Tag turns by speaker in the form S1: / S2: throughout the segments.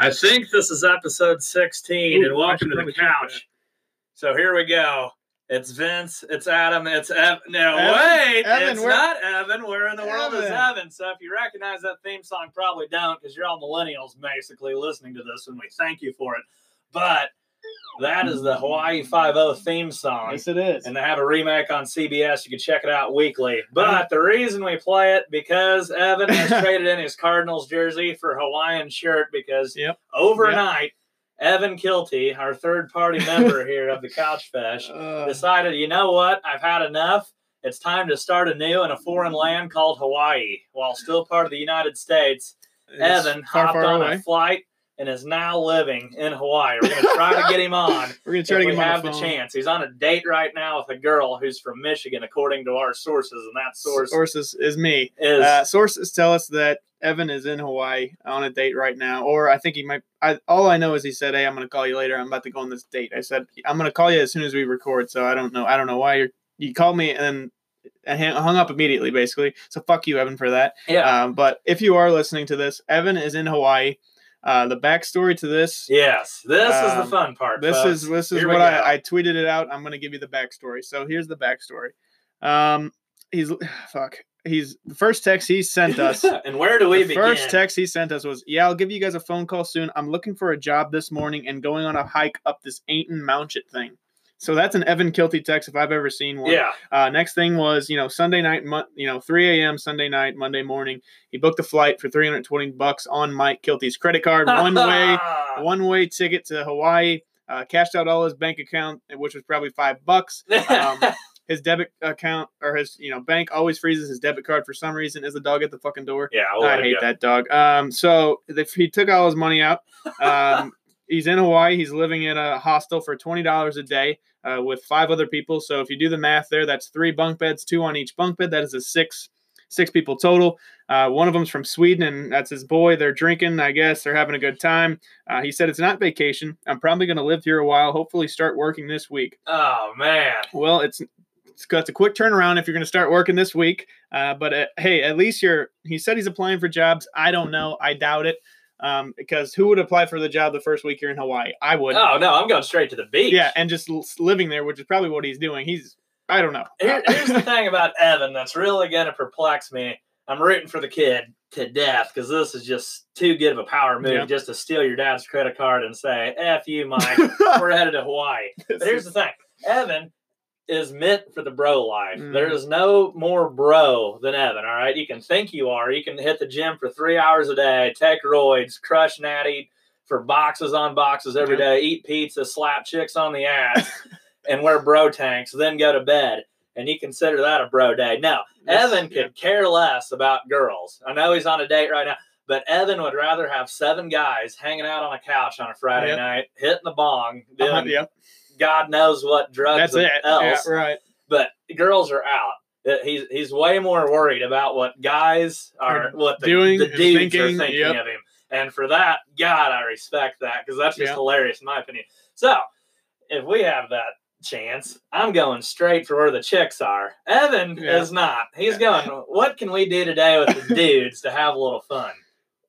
S1: I think this is episode 16, and welcome to the couch. So here we go. It's Vince, it's Adam, it's Evan. No,
S2: Evan?
S1: wait,
S2: Evan,
S1: it's
S2: where-
S1: not Evan. Where in the world is
S2: Evan.
S1: Evan? So if you recognize that theme song, probably don't, because you're all millennials basically listening to this, and we thank you for it. But that is the Hawaii Five-O theme song.
S2: Yes, it is.
S1: and they have a remake on CBS. You can check it out weekly. But the reason we play it because Evan has traded in his Cardinals jersey for Hawaiian shirt because
S2: Yep.
S1: overnight Evan Kilty, our third party member here of the Couch Fesh,
S2: Uh,
S1: decided, you know what? I've had enough. It's time to start anew in a foreign land called Hawaii, while still part of the United States.
S2: it's
S1: Evan
S2: far,
S1: hopped
S2: far
S1: on
S2: away.
S1: a flight and is now living in Hawaii. We're going to try to get him on
S2: We're gonna
S1: if
S2: try to
S1: we
S2: get him on
S1: have the,
S2: phone.
S1: chance. He's on a date right now with a girl who's from Michigan, according to our sources, and that source
S2: Sources is me.
S1: is
S2: Uh, sources tell us that Evan is in Hawaii on a date right now, or I think he might. I, all I know is he said, "Hey, I'm gonna call you later. I'm about to go on this date." I said, "I'm gonna call you as soon as we record." So I don't know. I don't know why you're. You called me and then I hang- hung up immediately, basically. So fuck you, Evan, for that.
S1: yeah,
S2: Um, but if you are listening to this, Evan is in Hawaii. Uh, the backstory to this,
S1: yes. This is
S2: um,
S1: the fun part.
S2: this
S1: folks.
S2: is this is
S1: uh, here we
S2: what
S1: go.
S2: I, I tweeted it out. I'm gonna give you the backstory. So here's the backstory. Um, he's fuck. He's the first text he sent us.
S1: and where do we
S2: the
S1: begin?
S2: first text he sent us was, "Yeah, I'll give you guys a phone call soon. I'm looking for a job this morning and going on a hike up this Ainton Mountain thing." So that's an Evan Kilty text if I've ever seen one.
S1: yeah,
S2: Uh, next thing was, you know, Sunday night, mon- you know, 3 a.m. Sunday night, Monday morning. He booked a flight for 320 bucks on Mike Kilty's credit card, one way, one way Uh, ticket to Hawaii. Uh, cashed out all his bank account, which was probably five bucks. Um, his debit account or his, you know, bank always freezes his debit card for some reason. Is the dog at the fucking door?
S1: yeah, we'll let
S2: I
S1: it
S2: hate
S1: go.
S2: that dog. Um, so the, he took all his money out. Um, he's in Hawaii. He's living in a hostel for twenty dollars a day uh, with five other people. So if you do the math there, that's three bunk beds, two on each bunk bed. That is a six six people total. Uh, one of them's from Sweden, and that's his boy. They're drinking, I guess. They're having a good time. Uh, he said it's not vacation. I'm probably going to live here a while. Hopefully, start working this week.
S1: Oh man,
S2: Well, it's it's, it's a quick turnaround if you're going to start working this week. Uh, but uh, hey, at least you're. He said he's applying for jobs. I don't know. I doubt it. Um, because who would apply for the job the first week here in Hawaii? I would.
S1: oh no, I'm going straight to the beach.
S2: Yeah, and just l- living there, which is probably what he's doing. He's. I don't know.
S1: Here- here's the thing about Evan that's really going to perplex me. I'm rooting for the kid to death because this is just too good of a power move
S2: Yeah.
S1: just to steal your dad's credit card and say "f you, Mike." We're headed to Hawaii. But here's the thing, Evan is meant for the bro life.
S2: Mhm.
S1: There is no more bro than Evan. All right, you can think you are. You can hit the gym for three hours a day, take roids, crush natty for boxes on boxes every day, eat pizza, slap chicks on the ass, and wear bro tanks, then go to bed. And you consider that a bro day? No,
S2: This-
S1: Evan could care less about girls. I know he's on a date right now, but Evan would rather have seven guys hanging out on a couch on a Friday
S2: Yep.
S1: night, hitting the bong,
S2: Yeah,
S1: doing
S2: uh-huh, yeah,
S1: God knows what drugs
S2: that's
S1: and
S2: it. Yeah,
S1: else.
S2: right.
S1: But girls are out. Uh, He's he's way more worried about what guys are
S2: Are
S1: what the,
S2: doing
S1: the
S2: and
S1: dudes are
S2: thinking,
S1: thinking
S2: yep.
S1: of him. And for that, God, I respect that because that's just
S2: Yeah.
S1: hilarious in my opinion. So if we have that chance, I'm going straight for where the chicks are. Evan
S2: Yeah.
S1: is not. He's going, what can we do today with the dudes to have a little fun?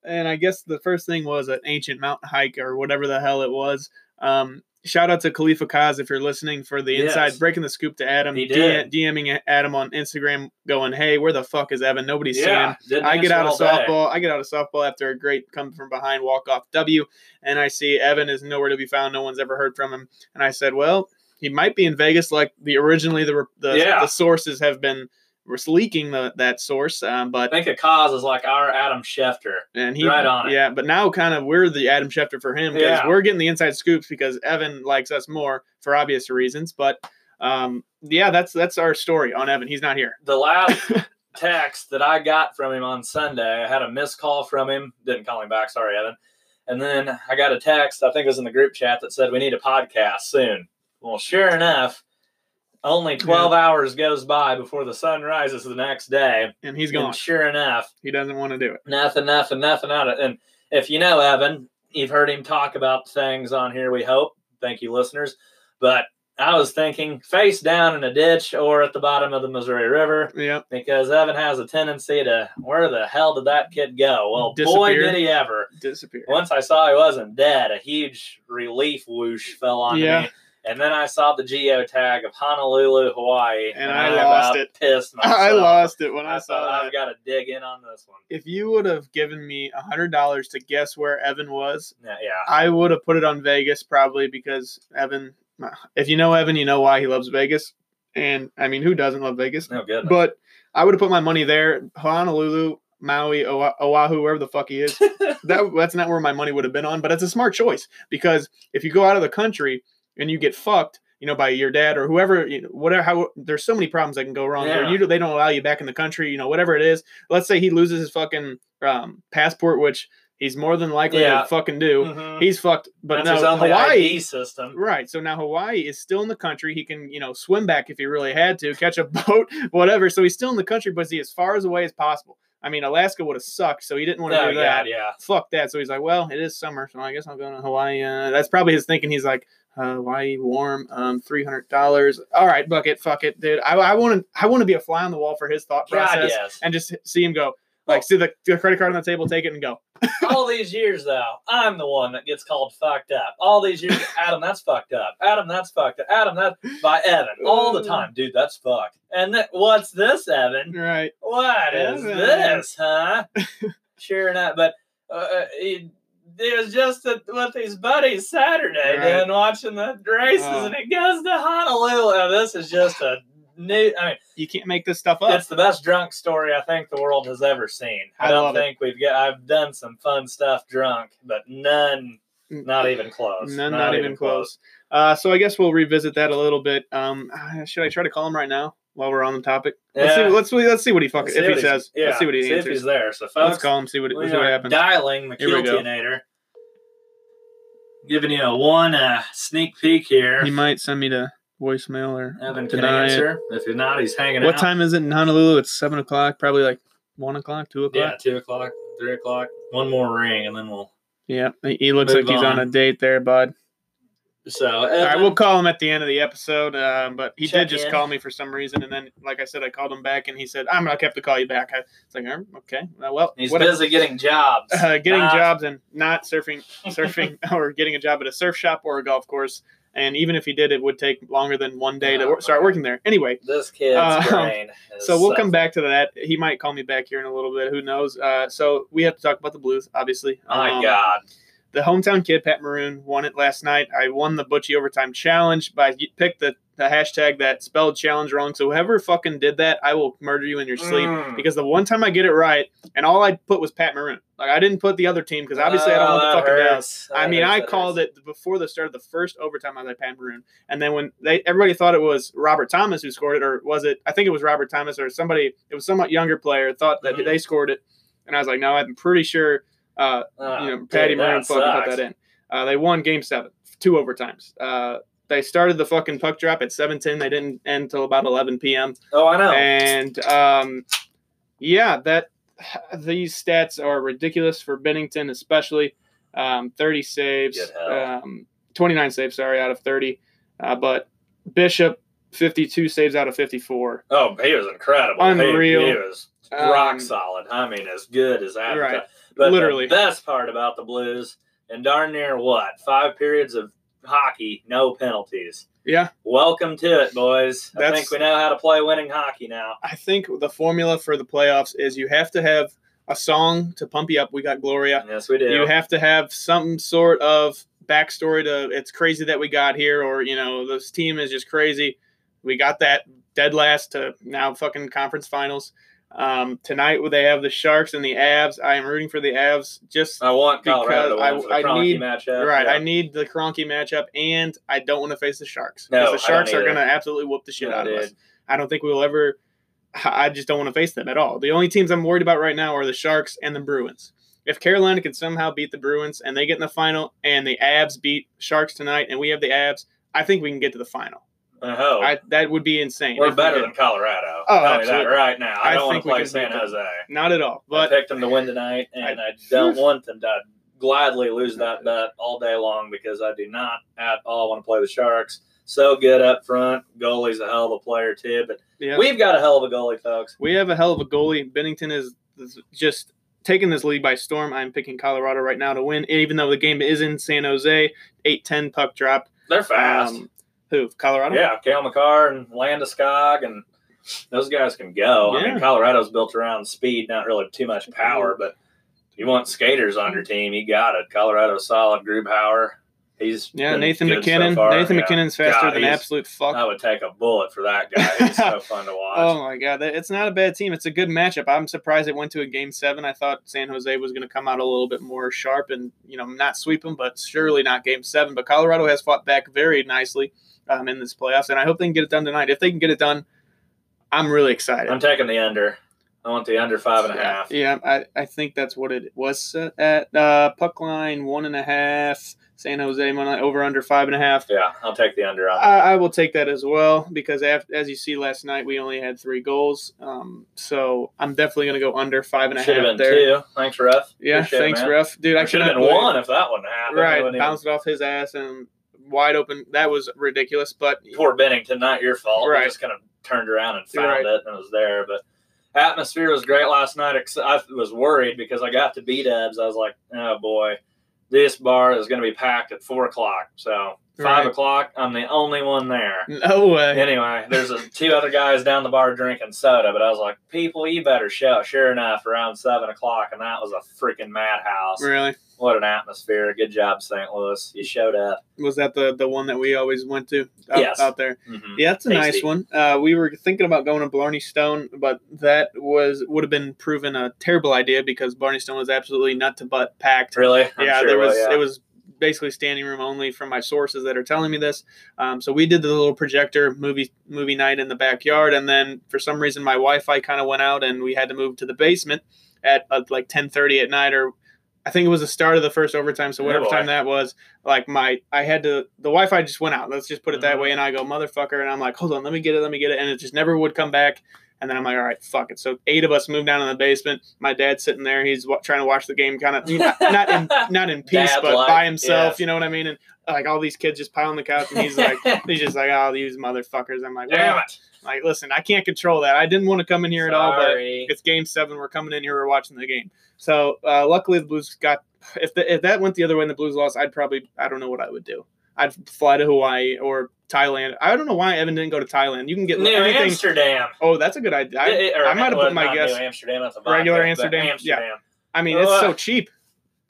S2: and I guess the first thing was an ancient mountain hike or whatever the hell it was. Um, shout out to Khalifa Kaz if you're listening for the
S1: Yes.
S2: inside breaking the scoop to Adam.
S1: He did.
S2: D- DMing Adam on Instagram, going, "Hey, where the fuck is Evan? Nobody's seen him."
S1: didn't
S2: I get
S1: answer
S2: out of
S1: all day.
S2: softball. I get out of softball after a great come from behind walk off W, and I see Evan is nowhere to be found. No one's ever heard from him, and I said, "Well, he might be in Vegas, like the originally the re- the,
S1: Yeah.
S2: the sources have been." were leaking the, that source, um, but
S1: I think a cause is like our Adam Schefter.
S2: and he,
S1: Right on it.
S2: yeah, but now kind of we're the Adam Schefter for him because
S1: Yeah.
S2: we're getting the inside scoops because Evan likes us more for obvious reasons. But um, yeah, that's that's our story on Evan. He's not here.
S1: the last text that I got from him on Sunday, I had a missed call from him. Didn't call him back. Sorry, Evan. And then I got a text, I think it was in the group chat, that said, We need a podcast soon. Well, sure enough, only 12 hours goes by before the sun rises the next day.
S2: and he's
S1: And
S2: gone.
S1: sure enough,
S2: He doesn't want to do it.
S1: nothing, nothing, nothing out of And if you know Evan, you've heard him talk about things on here, we hope. Thank you, listeners. But I was thinking face down in a ditch or at the bottom of the Missouri River
S2: Yeah.
S1: because Evan has a tendency to, where the hell did that kid go? Well, boy,
S2: Disappeared.
S1: did he ever.
S2: Disappear.
S1: Once I saw he wasn't dead, a huge relief whoosh fell on
S2: Yeah.
S1: me. And then I saw the geotag of Honolulu, Hawaii.
S2: And I lost
S1: about
S2: it.
S1: Pissed myself.
S2: I lost it when I,
S1: I
S2: saw
S1: thought
S2: that.
S1: I've got to dig in on this one.
S2: if you would have given me a hundred dollars to guess where Evan was,
S1: Yeah, yeah.
S2: I would have put it on Vegas probably because Evan. If you know Evan, you know why he loves Vegas, and I mean, who doesn't love Vegas?
S1: No goodness.
S2: But I would have put my money there, Honolulu, Maui, Oa- Oahu, wherever the fuck he is. that that's not where my money would have been on, but it's a smart choice because if you go out of the country and you get fucked, you know, by your dad or whoever, you know, whatever. How there's so many problems that can go wrong. there.
S1: Yeah.
S2: You don't- they don't allow you back in the country. You know, whatever it is. Let's say he loses his fucking um, passport, which he's more than likely
S1: Yeah.
S2: to fucking do.
S1: Mhm.
S2: He's fucked. But
S1: That's his
S2: no,
S1: only
S2: Hawaii.
S1: ID system.
S2: Right. So now Hawaii is still in the country. He can, you know, swim back if he really had to, catch a boat, whatever. So he's still in the country, but he's as far as away as possible. I mean, Alaska would have sucked, so he didn't want to
S1: Oh,
S2: do that
S1: God, yeah.
S2: fuck that. So he's like, well, it is summer, so I guess I'm going to Hawaii. Uh, that's probably his thinking. He's like, uh, Hawaii warm, um, three hundred dollars. All right, buck it, fuck it, dude. I want to, I want to be a fly on the wall for his thought process
S1: God, yes.
S2: and just see him go. Like,
S1: Oh.
S2: see the, the credit card on the table, take it and go.
S1: All these years, though, I'm the one that gets called fucked up. All these years, Adam, that's fucked up. Adam, that's fucked up. Adam, that by Evan all the time, dude. That's fucked. And th- what's this, Evan?
S2: Right.
S1: What is
S2: Evan.
S1: this, huh? sure enough, but uh, it, it was just at- with these buddies Saturday
S2: Right.
S1: doing watching the races,
S2: Oh.
S1: and it goes to Honolulu. Now, this is just a new. I mean,
S2: You can't make this stuff up.
S1: it's the best drunk story I think the world has ever seen. I,
S2: I
S1: don't
S2: love it.
S1: think we've got. I've done some fun stuff drunk, but none,
S2: Mm.
S1: not even close.
S2: None, not, even, close. Uh, so I guess we'll revisit that a little bit. Um, uh, should I try to call him right now while we're on the topic? Let's
S1: Yeah.
S2: see. Let's see- let's see what he fucking
S1: Let's see
S2: if
S1: what
S2: he
S1: he's-
S2: says.
S1: yeah,
S2: Let's see what he
S1: see if he's
S2: answers.
S1: there. So,
S2: Let's
S1: folks,
S2: call him. See what
S1: we
S2: see what
S1: are
S2: happens.
S1: dialing the
S2: Here we go.
S1: Kiltinator. Giving you a one uh, sneak peek here.
S2: He might send me to voicemail or
S1: Evan can
S2: deny it.
S1: answer. If you're not, he's hanging
S2: What
S1: out.
S2: time is it in Honolulu? It's seven o'clock, probably like one o'clock, two
S1: Yeah,
S2: o'clock.
S1: two o'clock, three o'clock. One more ring, and then we'll.
S2: Yeah, he- he looks
S1: Move
S2: like he's on.
S1: on.
S2: a date there, bud.
S1: So,
S2: All right,
S1: Evan,
S2: we'll call him at the end of the episode. Uh, but he
S1: Check
S2: did just
S1: in.
S2: call me for some reason, and then, like I said, I called him back, and he said, "I'm not kept to call you back." I, it's like, "Um, okay, well, well,
S1: he's
S2: whatever."
S1: busy getting jobs.
S2: Uh, getting
S1: Nah.
S2: jobs and not surfing, surfing, or getting a job at a surf shop or a golf course. And even if he did, it would take longer than one day to
S1: Oh,
S2: wor- start
S1: man.
S2: working there. Anyway,
S1: This kid's
S2: Um,
S1: brain. Is
S2: So we'll come
S1: something.
S2: back to that. He might call me back here in a little bit. Who knows? Uh, so we have to talk about the Blues, obviously.
S1: Oh My
S2: Um,
S1: God.
S2: The hometown kid, Pat Maroon, won it last night. I won the Butchie Overtime Challenge by you picked the, the hashtag that spelled challenge wrong. So whoever fucking did that, I will murder you in your sleep.
S1: Mm.
S2: Because the one time I get it right, and all I put was Pat Maroon. Like I didn't put the other team because obviously I don't want
S1: Oh,
S2: the
S1: that
S2: fucking down.
S1: hurts.
S2: I
S1: That
S2: mean,
S1: hurts,
S2: I
S1: that
S2: called
S1: hurts.
S2: it before the start of the first overtime. I was like Pat Maroon, and then when they everybody thought it was Robert Thomas who scored it, or was it? I think it was Robert Thomas or somebody. It was somewhat younger player thought that
S1: Mhm.
S2: they scored it, and I was like, no, I'm pretty sure. Uh,
S1: Oh,
S2: you know, Patty
S1: dude,
S2: Maroon
S1: that
S2: fucking
S1: sucks.
S2: put that in. Uh, they won Game Seven, two overtimes. Uh, they started the fucking puck drop at 7:10. They didn't end until about 11 p.m.
S1: Oh, I know.
S2: And um, yeah, that these stats are ridiculous for Bennington, especially um, 30 saves,
S1: Good hell.
S2: um, 29 saves, sorry, out of 30. Uh, but Bishop, 52 saves out of 54.
S1: oh, he was incredible. He-
S2: Unreal.
S1: He, was rock
S2: Um,
S1: solid. I mean, as good as that.
S2: Right.
S1: But
S2: Literally.
S1: the best part about the Blues, and darn near what five periods of hockey, no penalties.
S2: Yeah,
S1: Welcome to it, boys. I
S2: That's-
S1: think we know how to play winning hockey now.
S2: I think the formula for the playoffs is you have to have a song to pump you up. We got Gloria.
S1: Yes, we do.
S2: You have to have some sort of backstory to it's crazy that we got here, or you know, this team is just crazy. We got that dead last to now fucking conference finals. Um, tonight they have the Sharks and the Avs. I am rooting for the Avs. Just
S1: I want Colorado
S2: Because
S1: to
S2: I-
S1: win for the
S2: I
S1: Kroenke
S2: need-
S1: matchup.
S2: right.
S1: Yeah.
S2: I need the Cronky matchup, and I don't want to face the Sharks
S1: No,
S2: because
S1: I
S2: the
S1: don't
S2: Sharks are
S1: either.
S2: going to absolutely whoop the shit
S1: Yeah,
S2: out of
S1: dude.
S2: us. I don't think we will ever. I just don't want to face them at all. The only teams I'm worried about right now are the Sharks and the Bruins. If Carolina can somehow beat the Bruins and they get in the final, and the Abs beat Sharks tonight, and we have the Abs, I think we can get to the final.
S1: I hope.
S2: I, that would be insane.
S1: Oh. We're
S2: if we
S1: better
S2: did.
S1: than Colorado.
S2: Oh,
S1: Tell me that
S2: absolutely.
S1: right now. I,
S2: I
S1: don't want
S2: think
S1: to
S2: we
S1: play
S2: can
S1: San
S2: beat them.
S1: Jose.
S2: not at all.
S1: But,
S2: But
S1: I picked them to win tonight, and I, don't want them to gladly lose that bet all day long because I do not at all want to play the Sharks. so good up front. Goalie's a hell of a player too, but
S2: Yeah, we,
S1: we've got a hell of a goalie, folks.
S2: have a hell of a goalie. Bennington is, is just taking this league by storm. I'm picking Colorado right now to win, even though the game is in San Jose. 8-10 puck drop.
S1: They're fast.
S2: Um, who? Colorado.
S1: yeah, Kale McCarr and Landeskog and those guys can go. I
S2: Yeah.
S1: mean, Colorado's built around speed, not really too much power, but you want skaters on
S2: Mm-hmm.
S1: your team, you got it. Colorado's solid. Grubauer, he's
S2: Yeah,
S1: been
S2: Nathan
S1: good so
S2: McKinnon.
S1: far.
S2: Nathan
S1: Yeah.
S2: McKinnon's faster
S1: God,
S2: than
S1: he's-
S2: absolute fuck.
S1: I would take a bullet for that guy. He's so fun to watch.
S2: Oh my god, that- it's not a bad team. It's a good matchup. I'm surprised it went to a game seven. I thought San Jose was going to come out a little bit more sharp and you know not sweep them, but surely not game seven. But Colorado has fought back very nicely um, in this playoffs, and I hope they can get it done tonight. If they can get it done, I'm really excited.
S1: I'm taking the under. I want the under five and a half.
S2: Yeah, I, I think that's what it was set at uh, puck line one and a half. San Jose money over under five and a half.
S1: Yeah, I'll take the under on that.
S2: I, I will take that as well because af as you see last night, we only had three goals. Um, so I'm definitely going to go under five and a half
S1: Should have been
S2: there.
S1: two. Thanks, ref.
S2: Yeah,
S1: Appreciate it,
S2: thanks,
S1: man.
S2: ref. Dude, I
S1: Should have
S2: cannot
S1: been
S2: believe-
S1: one if that wouldn't happen.
S2: Right, bounced it off his ass and wide open. That was ridiculous, but
S1: poor Bennington, not your fault. We
S2: Right.
S1: just kind of turned around and
S2: You're
S1: found it, and it was there. But atmosphere was great last night. ex- I was worried because I got to B Dubs. I was like, oh boy, this bar is going to be packed at four o'clock. So five
S2: Right.
S1: o'clock, I'm the only one there.
S2: no way.
S1: Anyway, there's a, two other guys down the bar drinking soda, but I was like, people, you better show. Sure enough, around seven o'clock, and that was a freaking madhouse.
S2: Really?
S1: What an atmosphere. Good job, St. Louis. You showed up.
S2: Was that the, the one that we always went to out,
S1: Yes.
S2: out there?
S1: hmm
S2: Yeah, that's a
S1: Tasty.
S2: nice one. Uh, we were thinking about going to Blarney Stone, but that was would have been proven a terrible idea because Blarney Stone was absolutely nut to butt packed.
S1: Really? I'm
S2: yeah,
S1: sure
S2: there
S1: will,
S2: was
S1: yeah.
S2: it was basically standing room only from my sources that are telling me this. Um, so we did the little projector movie movie night in the backyard, and then for some reason my Wi-Fi kind of went out, and we had to move to the basement at uh, like ten thirty at night, or I think it was the start of the first overtime. So
S1: Oh,
S2: whatever
S1: boy.
S2: time that was, like my I had to the Wi-Fi just went out. Let's just put it that
S1: Mm-hmm.
S2: way, and I go motherfucker, and I'm like, hold on, let me get it, let me get it, and it just never would come back. And then I'm like, all right, fuck it. So eight of us moved down in the basement. My dad's sitting there. He's wa trying to watch the game, kind of not in not in peace,
S1: Dad
S2: but
S1: life,
S2: by himself.
S1: yes.
S2: You know what I mean? And like all these kids just pile on the couch, and he's like, he's just like, oh, these motherfuckers. I'm like,
S1: Damn
S2: well,
S1: it.
S2: like listen, I can't control that. I didn't want to come in here at all, but
S1: Sorry.
S2: it's game seven. We're coming in here. We're watching the game. So uh, luckily, the Blues got. If the, if that went the other way and the Blues lost, I'd probably I don't know what I would do. I'd fly to Hawaii or Thailand. I don't know why Evan didn't go to Thailand. You can get
S1: New
S2: anything.
S1: Amsterdam.
S2: Oh, that's a good idea. I,
S1: It- it- or
S2: I might have
S1: well,
S2: put my
S1: not
S2: guess-
S1: New Amsterdam. That's a vodka,
S2: Regular
S1: but
S2: Amsterdam, yeah.
S1: Amsterdam.
S2: I mean, it's so
S1: Ugh.
S2: cheap.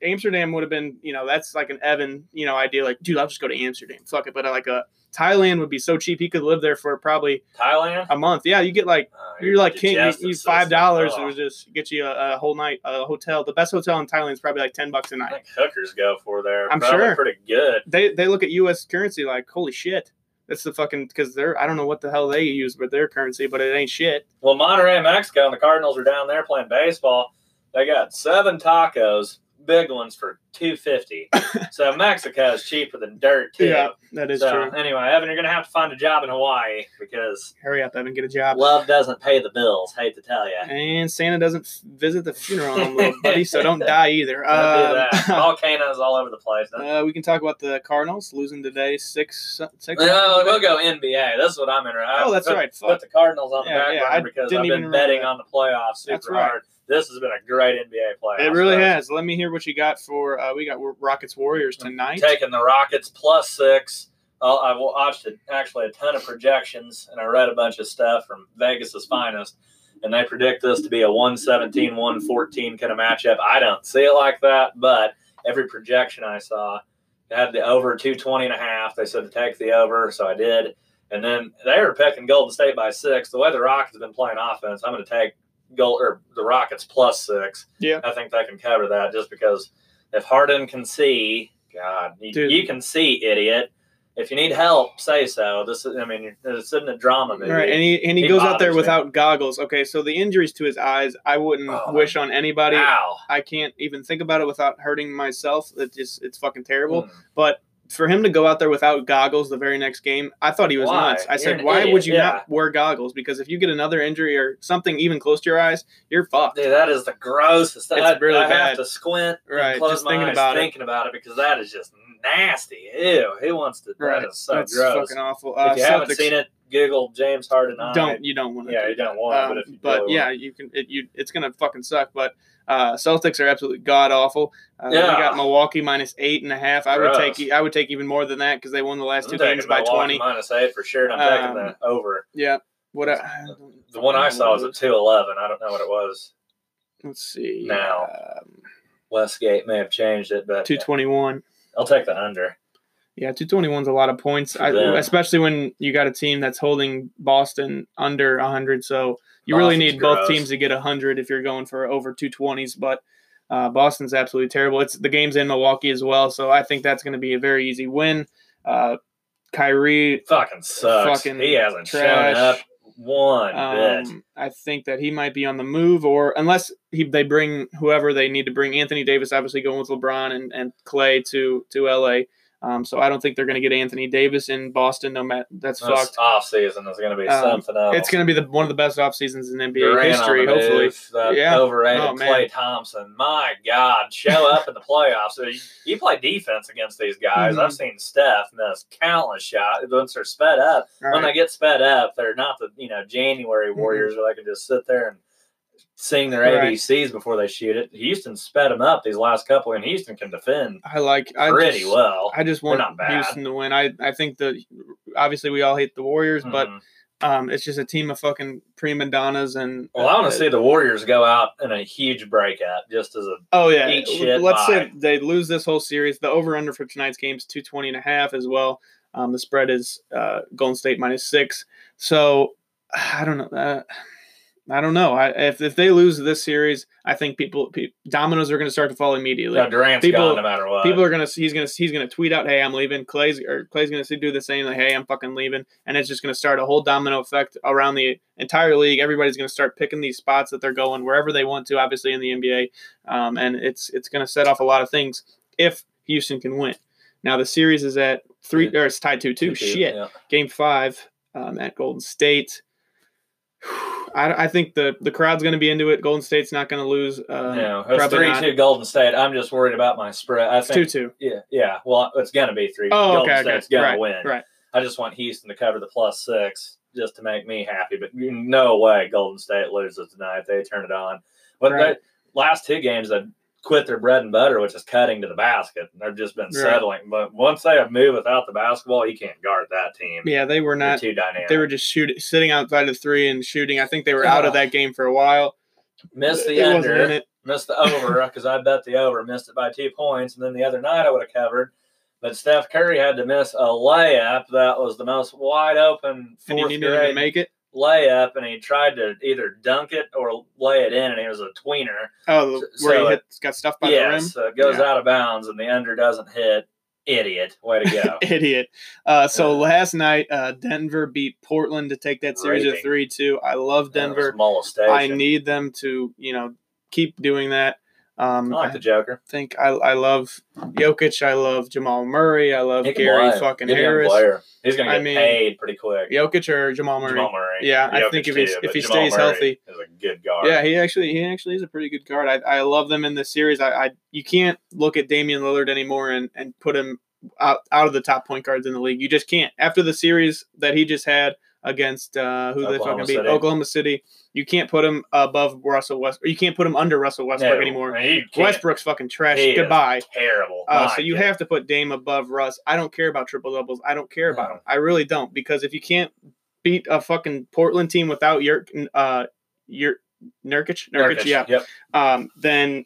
S2: Amsterdam would have been, you know, that's like an Evan, you know, idea. Like, dude, I'll just go to Amsterdam. Fuck it. But uh, like, uh, Thailand would be so cheap. He could live there for probably
S1: Thailand.
S2: a month. Yeah, you get like,
S1: Oh,
S2: you're like king. You,
S1: digestive
S2: you
S1: system.
S2: five dollars
S1: Ugh.
S2: would just get you a, a whole night, a hotel. The best hotel in Thailand is probably like ten bucks a
S1: I
S2: night.
S1: think hookers go for there.
S2: I'm
S1: Probably
S2: sure.
S1: Pretty good.
S2: They they look at U.S. currency like, holy shit. That's the fucking because they're I don't know what the hell they use with their currency, but it ain't shit.
S1: Well, Monterey, Mexico, and the Cardinals are down there playing baseball. They got seven tacos, big ones for two fifty. so Mexico is cheaper than dirt too.
S2: that is
S1: so
S2: true.
S1: anyway, Evan, you're gonna have to find a job in Hawaii because
S2: Hurry up, Evan, get a job.
S1: love doesn't pay the bills. Hate to tell you.
S2: And Santa doesn't f- visit the funeral home, little buddy, so don't die
S1: Don't
S2: either.
S1: do that.
S2: Um,
S1: Volcanoes all over the place. Don't
S2: uh, we can talk about the Cardinals losing today six six.
S1: No, we'll go NBA. That's what I'm interested.
S2: Oh, that's
S1: put,
S2: right.
S1: Put
S2: Fuck.
S1: the Cardinals on the
S2: Yeah,
S1: back
S2: yeah,
S1: burner
S2: I
S1: because
S2: didn't
S1: I've
S2: even
S1: been
S2: remember
S1: betting
S2: that.
S1: on the playoffs super
S2: That's right.
S1: hard. This has been a great NBA playoff.
S2: It really
S1: folks.
S2: has. Let me hear what you got for. Uh, we got Rockets Warriors tonight.
S1: Taking the Rockets plus six. I'll, I watched it, actually a ton of projections, and I read a bunch of stuff from Vegas's finest, and they predict this to be a 117-114 kind of matchup. I don't see it like that, but every projection I saw had the over 220 and a half. They said to take the over, so I did. And then they were picking Golden State by six. The way the Rockets have been playing offense, I'm going to take gold or the Rockets plus six.
S2: Yeah.
S1: I think they can cover that just because if Harden can see, God, you,
S2: Dude.
S1: you can see, idiot. If you need help, say so. This is, I mean, this isn't a drama
S2: All
S1: movie.
S2: right, and he and he,
S1: He
S2: goes out there
S1: bothers me.
S2: without goggles. Okay, so the injuries to his eyes, I wouldn't
S1: Oh,
S2: wish on anybody.
S1: Ow.
S2: I can't even think about it without hurting myself. It just it's fucking terrible.
S1: Mm.
S2: But for him to go out there without goggles the very next game, I thought he was
S1: Why?
S2: nuts. I
S1: You're
S2: said,
S1: an
S2: why
S1: idiot,
S2: would you
S1: yeah.
S2: not wear goggles? Because if you get another injury or something even close to your eyes, you're fucked.
S1: Dude, that is the grossest.
S2: It's
S1: I,
S2: really
S1: I
S2: bad.
S1: have to squint and
S2: Right,
S1: close
S2: just
S1: my
S2: thinking
S1: eyes
S2: about it.
S1: thinking about it because that is just nasty. Ew, who wants to?
S2: Right,
S1: That is so
S2: That's
S1: gross.
S2: fucking awful. Uh,
S1: if you haven't
S2: Celtics
S1: seen it, Google James Harden. eye.
S2: don't you don't want to
S1: Yeah, you don't want it,
S2: Um,
S1: but if you
S2: but
S1: do,
S2: yeah, you can. It, you it's gonna fucking suck. But uh, Celtics are absolutely god awful. Uh, we
S1: Yeah.
S2: got Milwaukee minus eight and a half. I would
S1: Gross.
S2: take. e- I would take even more than that because they won the last two
S1: I'm taking
S2: games by
S1: Milwaukee
S2: twenty.
S1: minus eight for sure, and I'm taking
S2: Um,
S1: that over.
S2: Yeah. What? I, I don't-
S1: The one I saw was at two eleven. I don't know what it was.
S2: Let's see. Uh,
S1: Now. Westgate may have changed it, but
S2: two twenty one.
S1: I'll take the under.
S2: Yeah, two twenty one's a lot of points, I,
S1: Yeah.
S2: especially when you got a team that's holding Boston under hundred. So you really
S1: Boston's
S2: need both
S1: gross.
S2: teams to get hundred if you're going for over two twenties. But uh, Boston's absolutely terrible. It's the game's in Milwaukee as well, so I think that's going to be a very easy win. Uh, Kyrie,
S1: Fucking sucks.
S2: Fucking
S1: he hasn't
S2: trash.
S1: shown up one bit.
S2: um, I think that he might be on the move, or unless he, they bring whoever they need to bring. Anthony Davis, obviously going with LeBron and, and Clay to to LA. Um, so I don't think they're going to get Anthony Davis in Boston. No matter that's fucked.
S1: This off season is going to be
S2: Um,
S1: something else.
S2: It's going to be the one of the best off seasons in NBA
S1: Durant on
S2: history,
S1: the
S2: hopefully.
S1: move, that
S2: Yeah.
S1: Overrated
S2: Oh, man.
S1: Clay Thompson. My God, show up in the playoffs. You, you play defense against these guys.
S2: Mhm.
S1: I've seen Steph miss countless shots once they're sped up.
S2: All
S1: When
S2: right.
S1: they get sped up, they're not the you know January Warriors where they can just sit there and sing their
S2: Mm-hmm. Right.
S1: ABCs before they shoot it. Houston sped them up these last couple, and Houston can defend
S2: I like. I
S1: pretty
S2: just,
S1: well.
S2: I just
S1: They're
S2: want
S1: not bad.
S2: Houston to win. I, I think that obviously we all hate the Warriors, but
S1: Mhm.
S2: um, it's just a team of fucking prima donnas and. uh,
S1: well, I want to see the Warriors go out in a huge breakout, just as a
S2: Oh yeah,
S1: eat shit,
S2: let's say
S1: bye.
S2: they lose this whole series. The over under for tonight's game is 220 and a half as well. Um, the spread is uh, Golden State minus six. So I don't know. Uh, I don't know. I, if if they lose this series, I think people pe- dominoes are going to start to fall immediately.
S1: no, Durant's
S2: people-
S1: gone no matter what.
S2: People are gonna he's gonna he's gonna tweet out, "Hey, I'm leaving." Clay's or Clay's gonna do the same, like, "Hey, I'm fucking leaving," and it's just gonna start a whole domino effect around the entire league. Everybody's gonna start picking these spots that they're going wherever they want to, obviously in the NBA, um, and it's it's gonna set off a lot of things if Houston can win. Now the series is at three or it's tied two two. Shit,
S1: Yeah.
S2: game five um, at Golden State. I, I think the the crowd's gonna be into it. Golden State's not gonna lose. Uh,
S1: no, it's
S2: probably
S1: three
S2: not.
S1: two Golden State. I'm just worried about my spread. I
S2: It's two
S1: think
S2: two.
S1: yeah, yeah. Well, it's gonna be three.
S2: Oh,
S1: Golden
S2: okay, okay.
S1: State's gonna
S2: Right,
S1: win.
S2: right.
S1: I just want Houston to cover the plus six just to make me happy. But no way Golden State loses tonight. They turn it on. But
S2: Right.
S1: the last two games they quit their bread and butter, which is cutting to the basket. They've just been
S2: Right.
S1: settling. But once they have moved without the basketball, you can't guard that team.
S2: Yeah, they were
S1: They're
S2: not
S1: too dynamic.
S2: they were just shooting, sitting outside of three and shooting. I think they were out of that game for a while.
S1: missed Oh. the
S2: it
S1: under.
S2: wasn't in it.
S1: missed the over because I bet the over, missed it by two points, and then the other night I would have covered. But Steph Curry had to miss a layup that was the most wide open
S2: And he
S1: fourth
S2: didn't even
S1: grade
S2: make it.
S1: layup, and he tried to either dunk it or lay it in, and it was a tweener.
S2: Oh, the-
S1: So-
S2: where he
S1: so
S2: hit, got stuffed by
S1: yes,
S2: the
S1: so it goes
S2: Yeah.
S1: out of bounds, and the under doesn't hit. Idiot, way to go!
S2: rim. Idiot. Uh, so
S1: Yeah.
S2: last night, uh, Denver beat Portland to take that series at
S1: Raping.
S2: three two. I love Denver.
S1: That was molestation.
S2: I need them to, you know, keep doing that.
S1: Oh, I
S2: Um,
S1: like the
S2: I
S1: Joker.
S2: think I, I love Jokic. I love Jamal Murray. I love
S1: He can
S2: Gary
S1: play.
S2: fucking
S1: He's a young
S2: Harris.
S1: player. He's gonna
S2: I
S1: get
S2: mean,
S1: paid pretty quick.
S2: Jokic or Jamal Murray.
S1: Jamal Murray.
S2: Yeah, I
S1: Jokic
S2: think if he-
S1: too,
S2: if
S1: but
S2: he
S1: Jamal
S2: stays
S1: Murray
S2: healthy-
S1: is a good guard.
S2: Yeah, he actually he actually is a pretty good guard. I, I love them in this series. I, I you can't look at Damian Lillard anymore and, and put him out, out of the top point guards in the league. You just can't. After the series that he just had against uh, who they
S1: Oklahoma
S2: fucking beat
S1: City.
S2: Oklahoma City, you can't put him above Russell West. Or you can't put him under Russell Westbrook
S1: No,
S2: anymore.
S1: man, you can't.
S2: Westbrook's fucking trash.
S1: He is
S2: Goodbye.
S1: terrible.
S2: Uh,
S1: My
S2: so you
S1: God.
S2: have to put Dame above Russ. I don't care about triple doubles. I don't care about
S1: No.
S2: them. I really don't because if you can't beat a fucking Portland team without your uh your Nurkic, Nurkic, yeah,
S1: Yep.
S2: um, then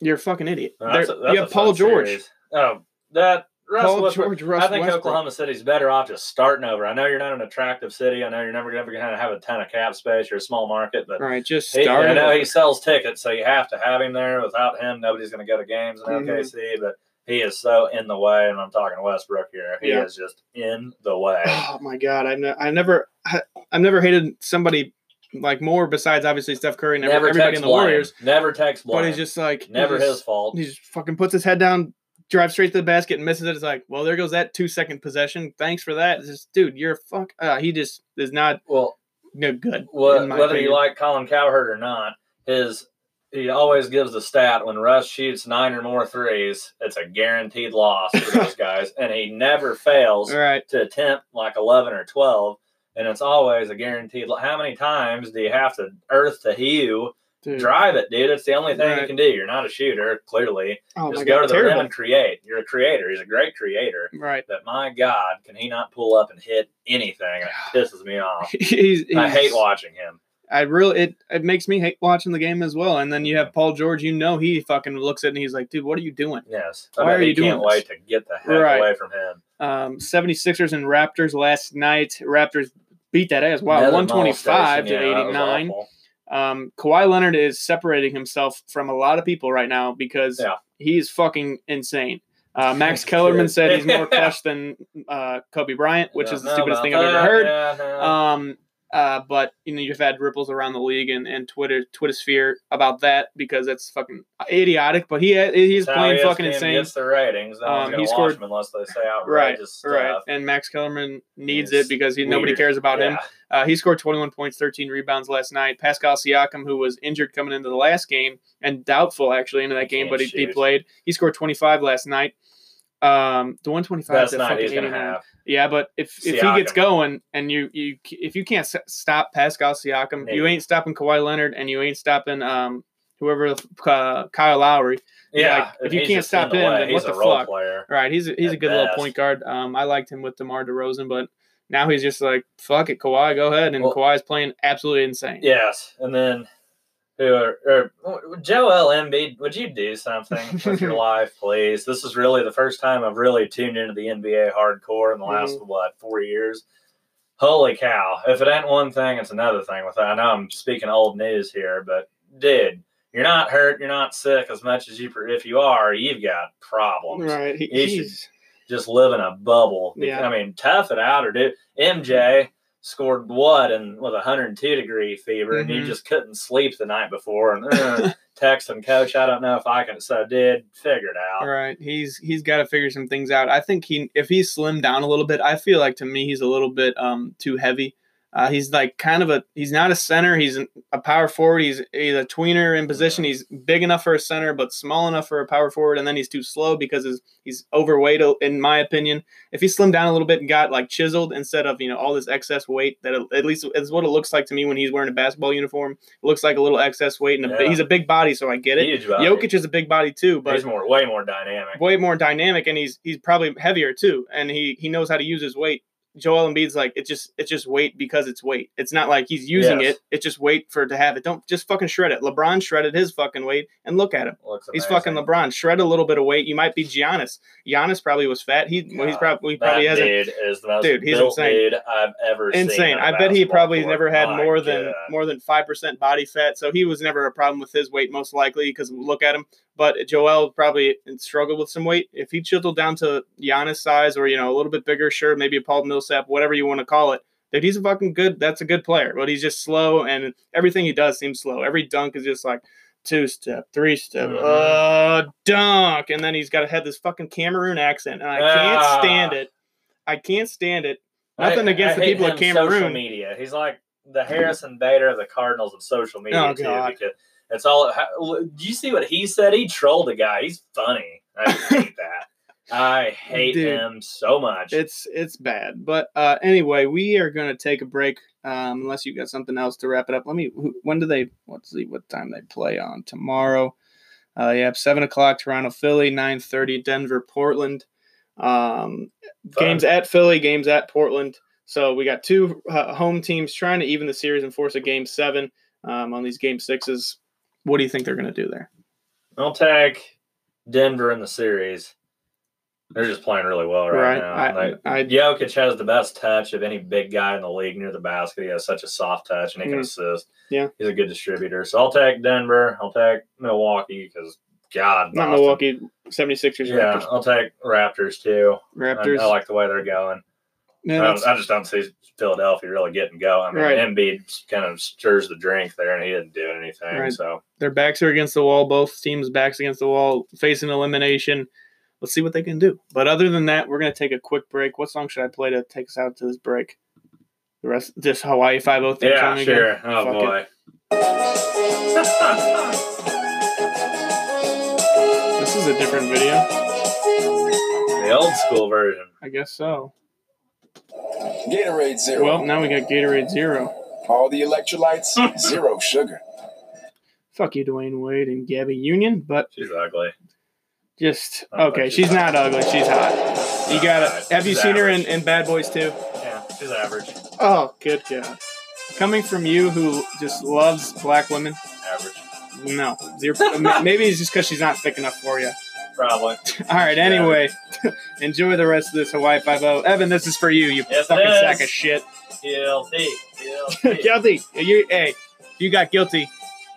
S2: you're a fucking idiot.
S1: No, that's
S2: There-
S1: a- that's
S2: you
S1: a
S2: have Paul
S1: fun
S2: George.
S1: series. Oh, that Russell
S2: Paul
S1: Westbrook.
S2: George,
S1: I
S2: Russ
S1: think
S2: Westbrook.
S1: Oklahoma City's better off just starting over. I know you're not an attractive city. I know you're never ever going to have a ton of cap space. You're a small market, but
S2: All right, just
S1: he, I
S2: start.
S1: know
S2: over.
S1: he sells tickets, so you have to have him there. Without him, nobody's going to go to games in
S2: Mhm.
S1: OKC. But he is so in the way, and I'm talking Westbrook here. He
S2: Yeah.
S1: is just in the way.
S2: Oh my god, I've ne- I never I, I've never hated somebody like more besides obviously Steph Curry and
S1: Never
S2: everybody
S1: takes
S2: in the
S1: blame.
S2: Warriors.
S1: Never takes blame.
S2: But he's just like he
S1: never
S2: just-
S1: his fault.
S2: He just fucking puts his head down, drives straight to the basket and misses it. It's like, well, there goes that two second possession. Thanks for that. It's just, dude, you're a fuck. Uh, he just is not
S1: Well,
S2: no good.
S1: Well,
S2: in my
S1: whether you
S2: opinion.
S1: like Colin Cowherd or not, his he always gives the stat when Russ shoots nine or more threes, it's a guaranteed loss for those guys, and he never fails
S2: All right.
S1: to attempt like eleven or twelve, and it's always a guaranteed. lo- How many times do you have to earth to hew,
S2: Dude.
S1: drive it, dude? It's the only thing you
S2: Right.
S1: can do. You're not a shooter, clearly.
S2: Oh,
S1: Just
S2: my
S1: go
S2: God.
S1: to the rim
S2: Terrible.
S1: and create. You're a creator. He's a great creator.
S2: Right.
S1: But my God, can he not pull up and hit anything? And it pisses me off.
S2: He's,
S1: I hate
S2: he's-
S1: watching him.
S2: I really it it makes me hate watching the game as well. And then you have Paul George, you know he fucking looks at it and he's like, dude, what are you doing?
S1: Yes.
S2: Why
S1: I
S2: are
S1: bet
S2: you
S1: he can't
S2: doing
S1: wait to get the heck
S2: Right.
S1: away from him.
S2: Um 76ers and Raptors last night. Raptors beat that ass. Wow,
S1: Another
S2: one twenty five to
S1: molestation, yeah, that
S2: eighty
S1: was
S2: nine.
S1: awful.
S2: Um Kawhi Leonard is separating himself from a lot of people right now because
S1: Yeah.
S2: he's fucking insane. Uh, Max
S1: Dude.
S2: Kellerman said he's more clutch than uh, Kobe Bryant, which
S1: Don't
S2: is the
S1: know
S2: stupidest
S1: about
S2: thing I've ever
S1: that.
S2: heard.
S1: Yeah, no.
S2: Um, uh, but you know, you've had ripples around the league and, and Twitter, Twitter sphere about that because that's fucking idiotic. But he he's
S1: That's how
S2: playing
S1: ESPN
S2: fucking insane,
S1: Gets the ratings. No one's
S2: Um,
S1: gonna
S2: he
S1: watch
S2: scored-
S1: him unless they say
S2: Right,
S1: outrageous
S2: right?
S1: stuff.
S2: And Max Kellerman needs
S1: He's
S2: it because he nobody
S1: weird.
S2: cares about him.
S1: Yeah.
S2: Uh, he scored 21 points, 13 rebounds last night. Pascal Siakam, who was injured coming into the last game and doubtful actually into that
S1: He
S2: game,
S1: can't
S2: but he, he
S1: shoot.
S2: played. He scored 25 last night. Um, the 125
S1: That's
S2: to
S1: not
S2: fucking
S1: he's gonna
S2: 89.
S1: have.
S2: Yeah, but if if he gets
S1: Siakam.
S2: going and you you if you can't s- stop Pascal Siakam, you
S1: Yeah.
S2: ain't stopping Kawhi Leonard and you ain't stopping um whoever the f- uh, Kyle Lowry.
S1: Yeah,
S2: like, if you
S1: he's
S2: can't
S1: just in
S2: stop
S1: the
S2: him,
S1: way.
S2: then
S1: he's
S2: what
S1: a
S2: the
S1: role
S2: fuck?
S1: player.
S2: All right, he's a, he's a
S1: At
S2: good little
S1: best.
S2: point guard. Um, I liked him with DeMar DeRozan, but now he's just like fuck it, Kawhi, go ahead, and
S1: Well-
S2: Kawhi's playing absolutely insane.
S1: Yes, and then who are, er, or Joel Embiid? Would you do something with your life, please? This is really the first time I've really tuned into the NBA hardcore in the last what four years. Holy cow! If it ain't one thing, it's another thing. With that, I know I'm speaking old news here, but dude, you're not hurt, you're not sick as much as you. If you are, you've got problems
S2: Right, he,
S1: He should-
S2: he's
S1: just live in a bubble.
S2: Yeah.
S1: I mean, tough it out or do MJ scored what and with a 102 degree fever and you
S2: Mhm.
S1: just couldn't sleep the night before and uh, text him coach I don't know if I can so did figure it out
S2: right. He's he's got to figure some things out. I think he if he slimmed down a little bit, I feel like to me he's a little bit um too heavy. Uh, he's like kind of a he's not a center. He's an, a power forward. He's he's a tweener in position. He's big enough for a center, but small enough for a power forward. And then he's too slow because his, he's overweight. uh, In my opinion, if he slimmed down a little bit and got like chiseled instead of you know all this excess weight that it, at least is what it looks like to me when he's wearing a basketball uniform. It looks like a little excess weight, and a, bi-
S1: Yeah.
S2: he's a big body, so I get it.
S1: Huge value.
S2: Jokic is a big body too, but
S1: Uh, he's more way more dynamic
S2: way more dynamic and he's he's probably heavier too and he he knows how to use his weight Joel Embiid's like it's just it's just weight because it's weight. It's not like he's using
S1: Yes.
S2: it. It's just weight for it to have it. Don't just fucking shred it. LeBron shredded his fucking weight and look at him.
S1: Looks
S2: He's
S1: amazing.
S2: fucking LeBron. Shred a little bit of weight. You might be Giannis. Giannis probably was fat. He well, he's
S1: God,
S2: probably he
S1: that
S2: probably hasn't
S1: dude is the most
S2: Dude, he's
S1: built
S2: insane.
S1: dude I've ever seen
S2: insane.
S1: on a
S2: I bet he
S1: basketball
S2: probably
S1: court.
S2: never had
S1: My
S2: more than
S1: God.
S2: more than five percent body fat, so he was never a problem with his weight, most likely. Because look at him. But Joel probably struggled with some weight. If he chiseled down to Giannis size, or you know, a little bit bigger, sure, maybe a Paul Millsap, whatever you want to call it. Dude, he's a fucking good. That's a good player, but he's just slow, and everything he does seems slow. Every dunk is just like two step, three step,
S1: Mhm.
S2: uh, dunk, and then he's got to have this fucking Cameroon accent, and I can't
S1: Ah.
S2: stand it. I can't stand it.
S1: I-
S2: Nothing against
S1: I
S2: the
S1: hate
S2: people at
S1: him social
S2: Cameroon.
S1: media. He's like the Harrison Bader of the Cardinals of social media
S2: Oh,
S1: too.
S2: God.
S1: Because it's all. how- Do you see what he said? He trolled a guy. He's funny. I hate that. I hate
S2: Dude.
S1: him so much.
S2: It's it's bad. But uh, anyway, we are gonna take a break. Um, unless you got something else to wrap it up. Let me. who- When do they? Let's see what time they play on tomorrow. Uh, yeah, seven o'clock Toronto, Philly, nine thirty Denver, Portland. Um,
S1: Fun.
S2: games at Philly, games at Portland. So we got two uh, home teams trying to even the series and force a game seven um, on these game sixes. What do you think they're gonna do there?
S1: I'll take Denver in the series. They're just playing really well right, now.
S2: I,
S1: Like,
S2: I,
S1: Jokic has the best touch of any big guy in the league near the basket. He has such a soft touch and he can
S2: Mm.
S1: assist.
S2: Yeah.
S1: He's a good distributor. So I'll take Denver. I'll take Milwaukee because, God,
S2: not
S1: Boston.
S2: Milwaukee 76ers.
S1: Yeah,
S2: Raptors.
S1: I'll take Raptors too. I-
S2: Raptors.
S1: I, like the way they're going.
S2: Man,
S1: I,
S2: that's-
S1: don't- I just don't see Philadelphia really getting going. I mean,
S2: Right.
S1: Embiid kind of stirs the drink there, and he didn't do anything.
S2: Right.
S1: So
S2: their backs are against the wall. Both teams' backs against the wall, facing elimination. let's see what they can do. But other than that, we're gonna take a quick break. What song should I play to take us out to this break? The rest, just Hawaii Five O theme
S1: Yeah,
S2: song again.
S1: sure. Oh
S2: Fuck
S1: boy.
S2: This is a different video.
S1: the old school version.
S2: I guess so.
S3: Gatorade Zero.
S2: Well, now we got Gatorade Zero.
S3: All the electrolytes, zero sugar.
S2: Fuck you, Dwayne Wade and Gabby Union. But
S1: She's ugly.
S2: just
S1: I don't
S2: okay,
S1: think Oh, she's
S2: she's not ugly. She's hot. You got
S1: Alright,
S2: it. Have you
S1: she's
S2: seen her in,
S1: average.
S2: in Bad Boys too?
S1: Yeah, she's average.
S2: Oh, good god. Coming from you, who just loves black women,
S1: Average.
S2: no, Zero- m- maybe it's just because she's not thick enough for you.
S1: Probably.
S2: All right,
S1: Yeah.
S2: anyway, enjoy the rest of this Hawaii Five O. Evan, this is for you. You
S1: Yes, it
S2: fucking
S1: is.
S2: sack of shit.
S1: Guilty. Guilty.
S2: guilty. You, hey, if you got guilty.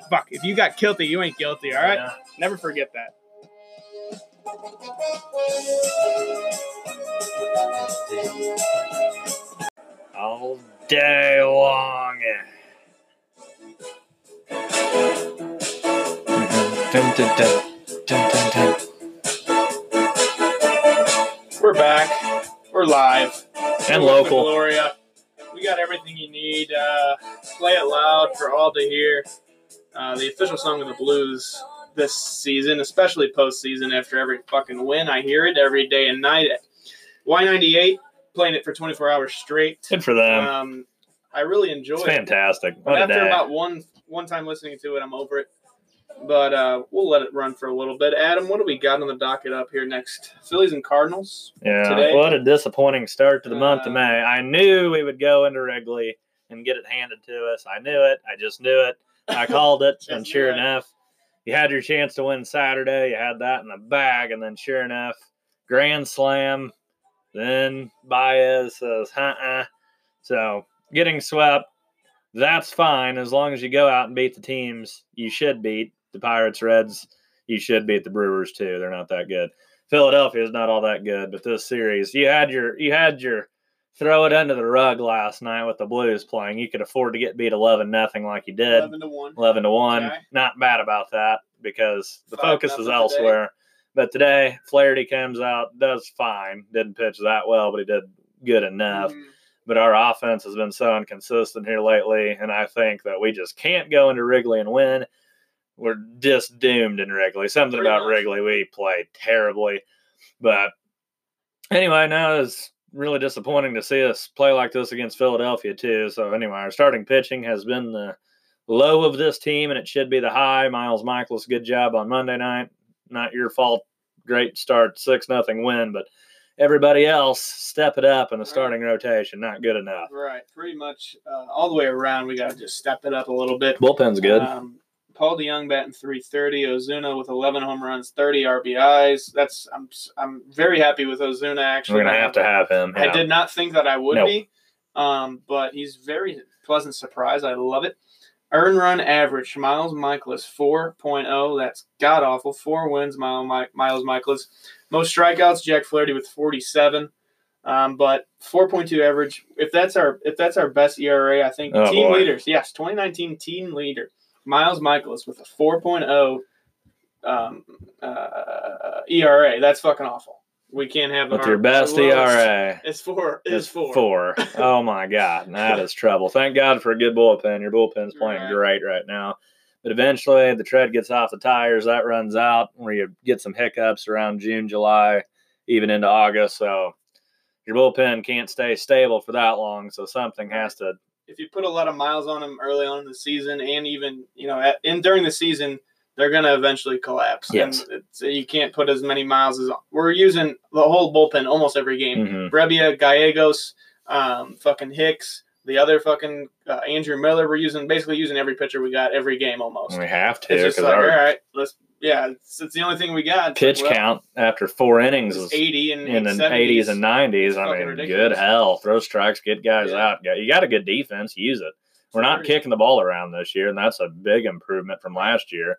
S2: Fuck, if you got guilty, you ain't guilty. All right,
S1: Yeah.
S2: never forget that.
S1: All day long.
S2: We're back. We're live.
S1: And
S2: Welcome to
S1: local.
S2: Gloria. We got everything you need. Uh, play it loud for all to hear. Uh, the official song of the blues this season, especially postseason after every fucking win. I hear it every day and night. Y98, playing it for 24 hours straight.
S1: Good for them.
S2: Um, I really enjoy
S1: it's
S2: it.
S1: fantastic. What a
S2: After
S1: day.
S2: about one one time listening to it, I'm over it. But uh, we'll let it run for a little bit. Adam, what do we got on the docket up here next? Phillies and Cardinals.
S1: Yeah.
S2: today.
S1: What a disappointing start to the month of
S2: Uh,
S1: May. I knew we would go into Wrigley and get it handed to us. I knew it. I just knew it. I called it. and
S2: Just
S1: sure
S2: knew it.
S1: enough, you had your chance to win Saturday. You had that in the bag. And then sure enough, grand slam. Then Baez says, uh uh. So getting swept, that's fine as long as you go out and beat the teams you should beat. The Pirates, Reds, you should beat the Brewers too. They're not that good. Philadelphia is not all that good, but this series, you had your you had your throw it under the rug last night with the Blues playing. You could afford to get beat eleven nothing like you did.
S2: 11 to 1.
S1: 11 to 1.
S2: Okay.
S1: Not bad about that because the
S2: Five
S1: focus was
S2: nothing today.
S1: elsewhere. But today, Flaherty comes out, does fine. Didn't pitch that well, but he did good enough.
S2: Mm.
S1: But our offense has been so inconsistent here lately, and I think that we just can't go into Wrigley and win. We're just doomed in Wrigley. Something
S2: Pretty
S1: about
S2: much.
S1: Wrigley, we play terribly. But anyway, now it's really disappointing to see us play like this against Philadelphia too. So anyway, our starting pitching has been the low of this team, and it should be the high. Miles Michaelis, good job on Monday night. Not your fault. Great start, six nothing win, but everybody else step it up in the
S2: Right.
S1: starting rotation. Not good enough.
S2: Right, pretty much uh, all the way around. We got to just step it up a little bit.
S1: Bullpen's good.
S2: Um, Paul DeYoung batting 330. Ozuna with 11 home runs, 30 RBIs. That's I'm s- I'm very happy with Ozuna. Actually,
S1: We're gonna have to have him.
S2: I
S1: yeah.
S2: did not think that I would
S1: No.
S2: be, um, but he's very pleasant surprise. I love it. Earn run average, Miles Michaelis 4.0. That's god awful. Four wins, Miles, Mi- Miles Michaelis. Most strikeouts, Jack Flaherty with 47. Um, but 4.2 average. If that's our if that's our best ERA, I think
S1: Oh,
S2: team
S1: boy.
S2: leaders. Yes, 2019 team leader, Miles Michaelis with a 4.0 um, uh, ERA. That's fucking awful. We can't have
S1: With
S2: our-
S1: your best E
S2: our lowest-
S1: ERA.
S2: it's four. It's
S1: It's
S2: four.
S1: four. Oh my God, that is trouble. Thank God for a good bullpen. Your bullpen's playing
S2: Right.
S1: great right now. But eventually, the tread gets off the tires. That runs out, where you get some hiccups around June, July, even into August. So your bullpen can't stay stable for that long. So something has to.
S2: If you put a lot of miles on them early on in the season, and even you know, at, and during the season, they're going to eventually collapse.
S1: Yes.
S2: And it's, you can't put as many miles as we're using the whole bullpen almost every game.
S1: Mhm.
S2: Brebbia, Gallegos, um, fucking Hicks, the other fucking uh, Andrew Miller. We're using basically using every pitcher we got every game almost.
S1: We have to
S2: It's
S1: because
S2: just like all
S1: Mm. our
S2: right, let's yeah, it's, it's the only thing we got. It's
S1: pitch
S2: like, well,
S1: count after four innings is
S2: it's eighty and
S1: in the
S2: 70s.
S1: 80s and 90s. I
S2: fucking
S1: mean,
S2: ridiculous.
S1: good hell. Throw strikes, get guys
S2: Yeah.
S1: out. You got a good defense, use it. We're not
S2: Crazy.
S1: kicking the ball around this year, and that's a big improvement from last year.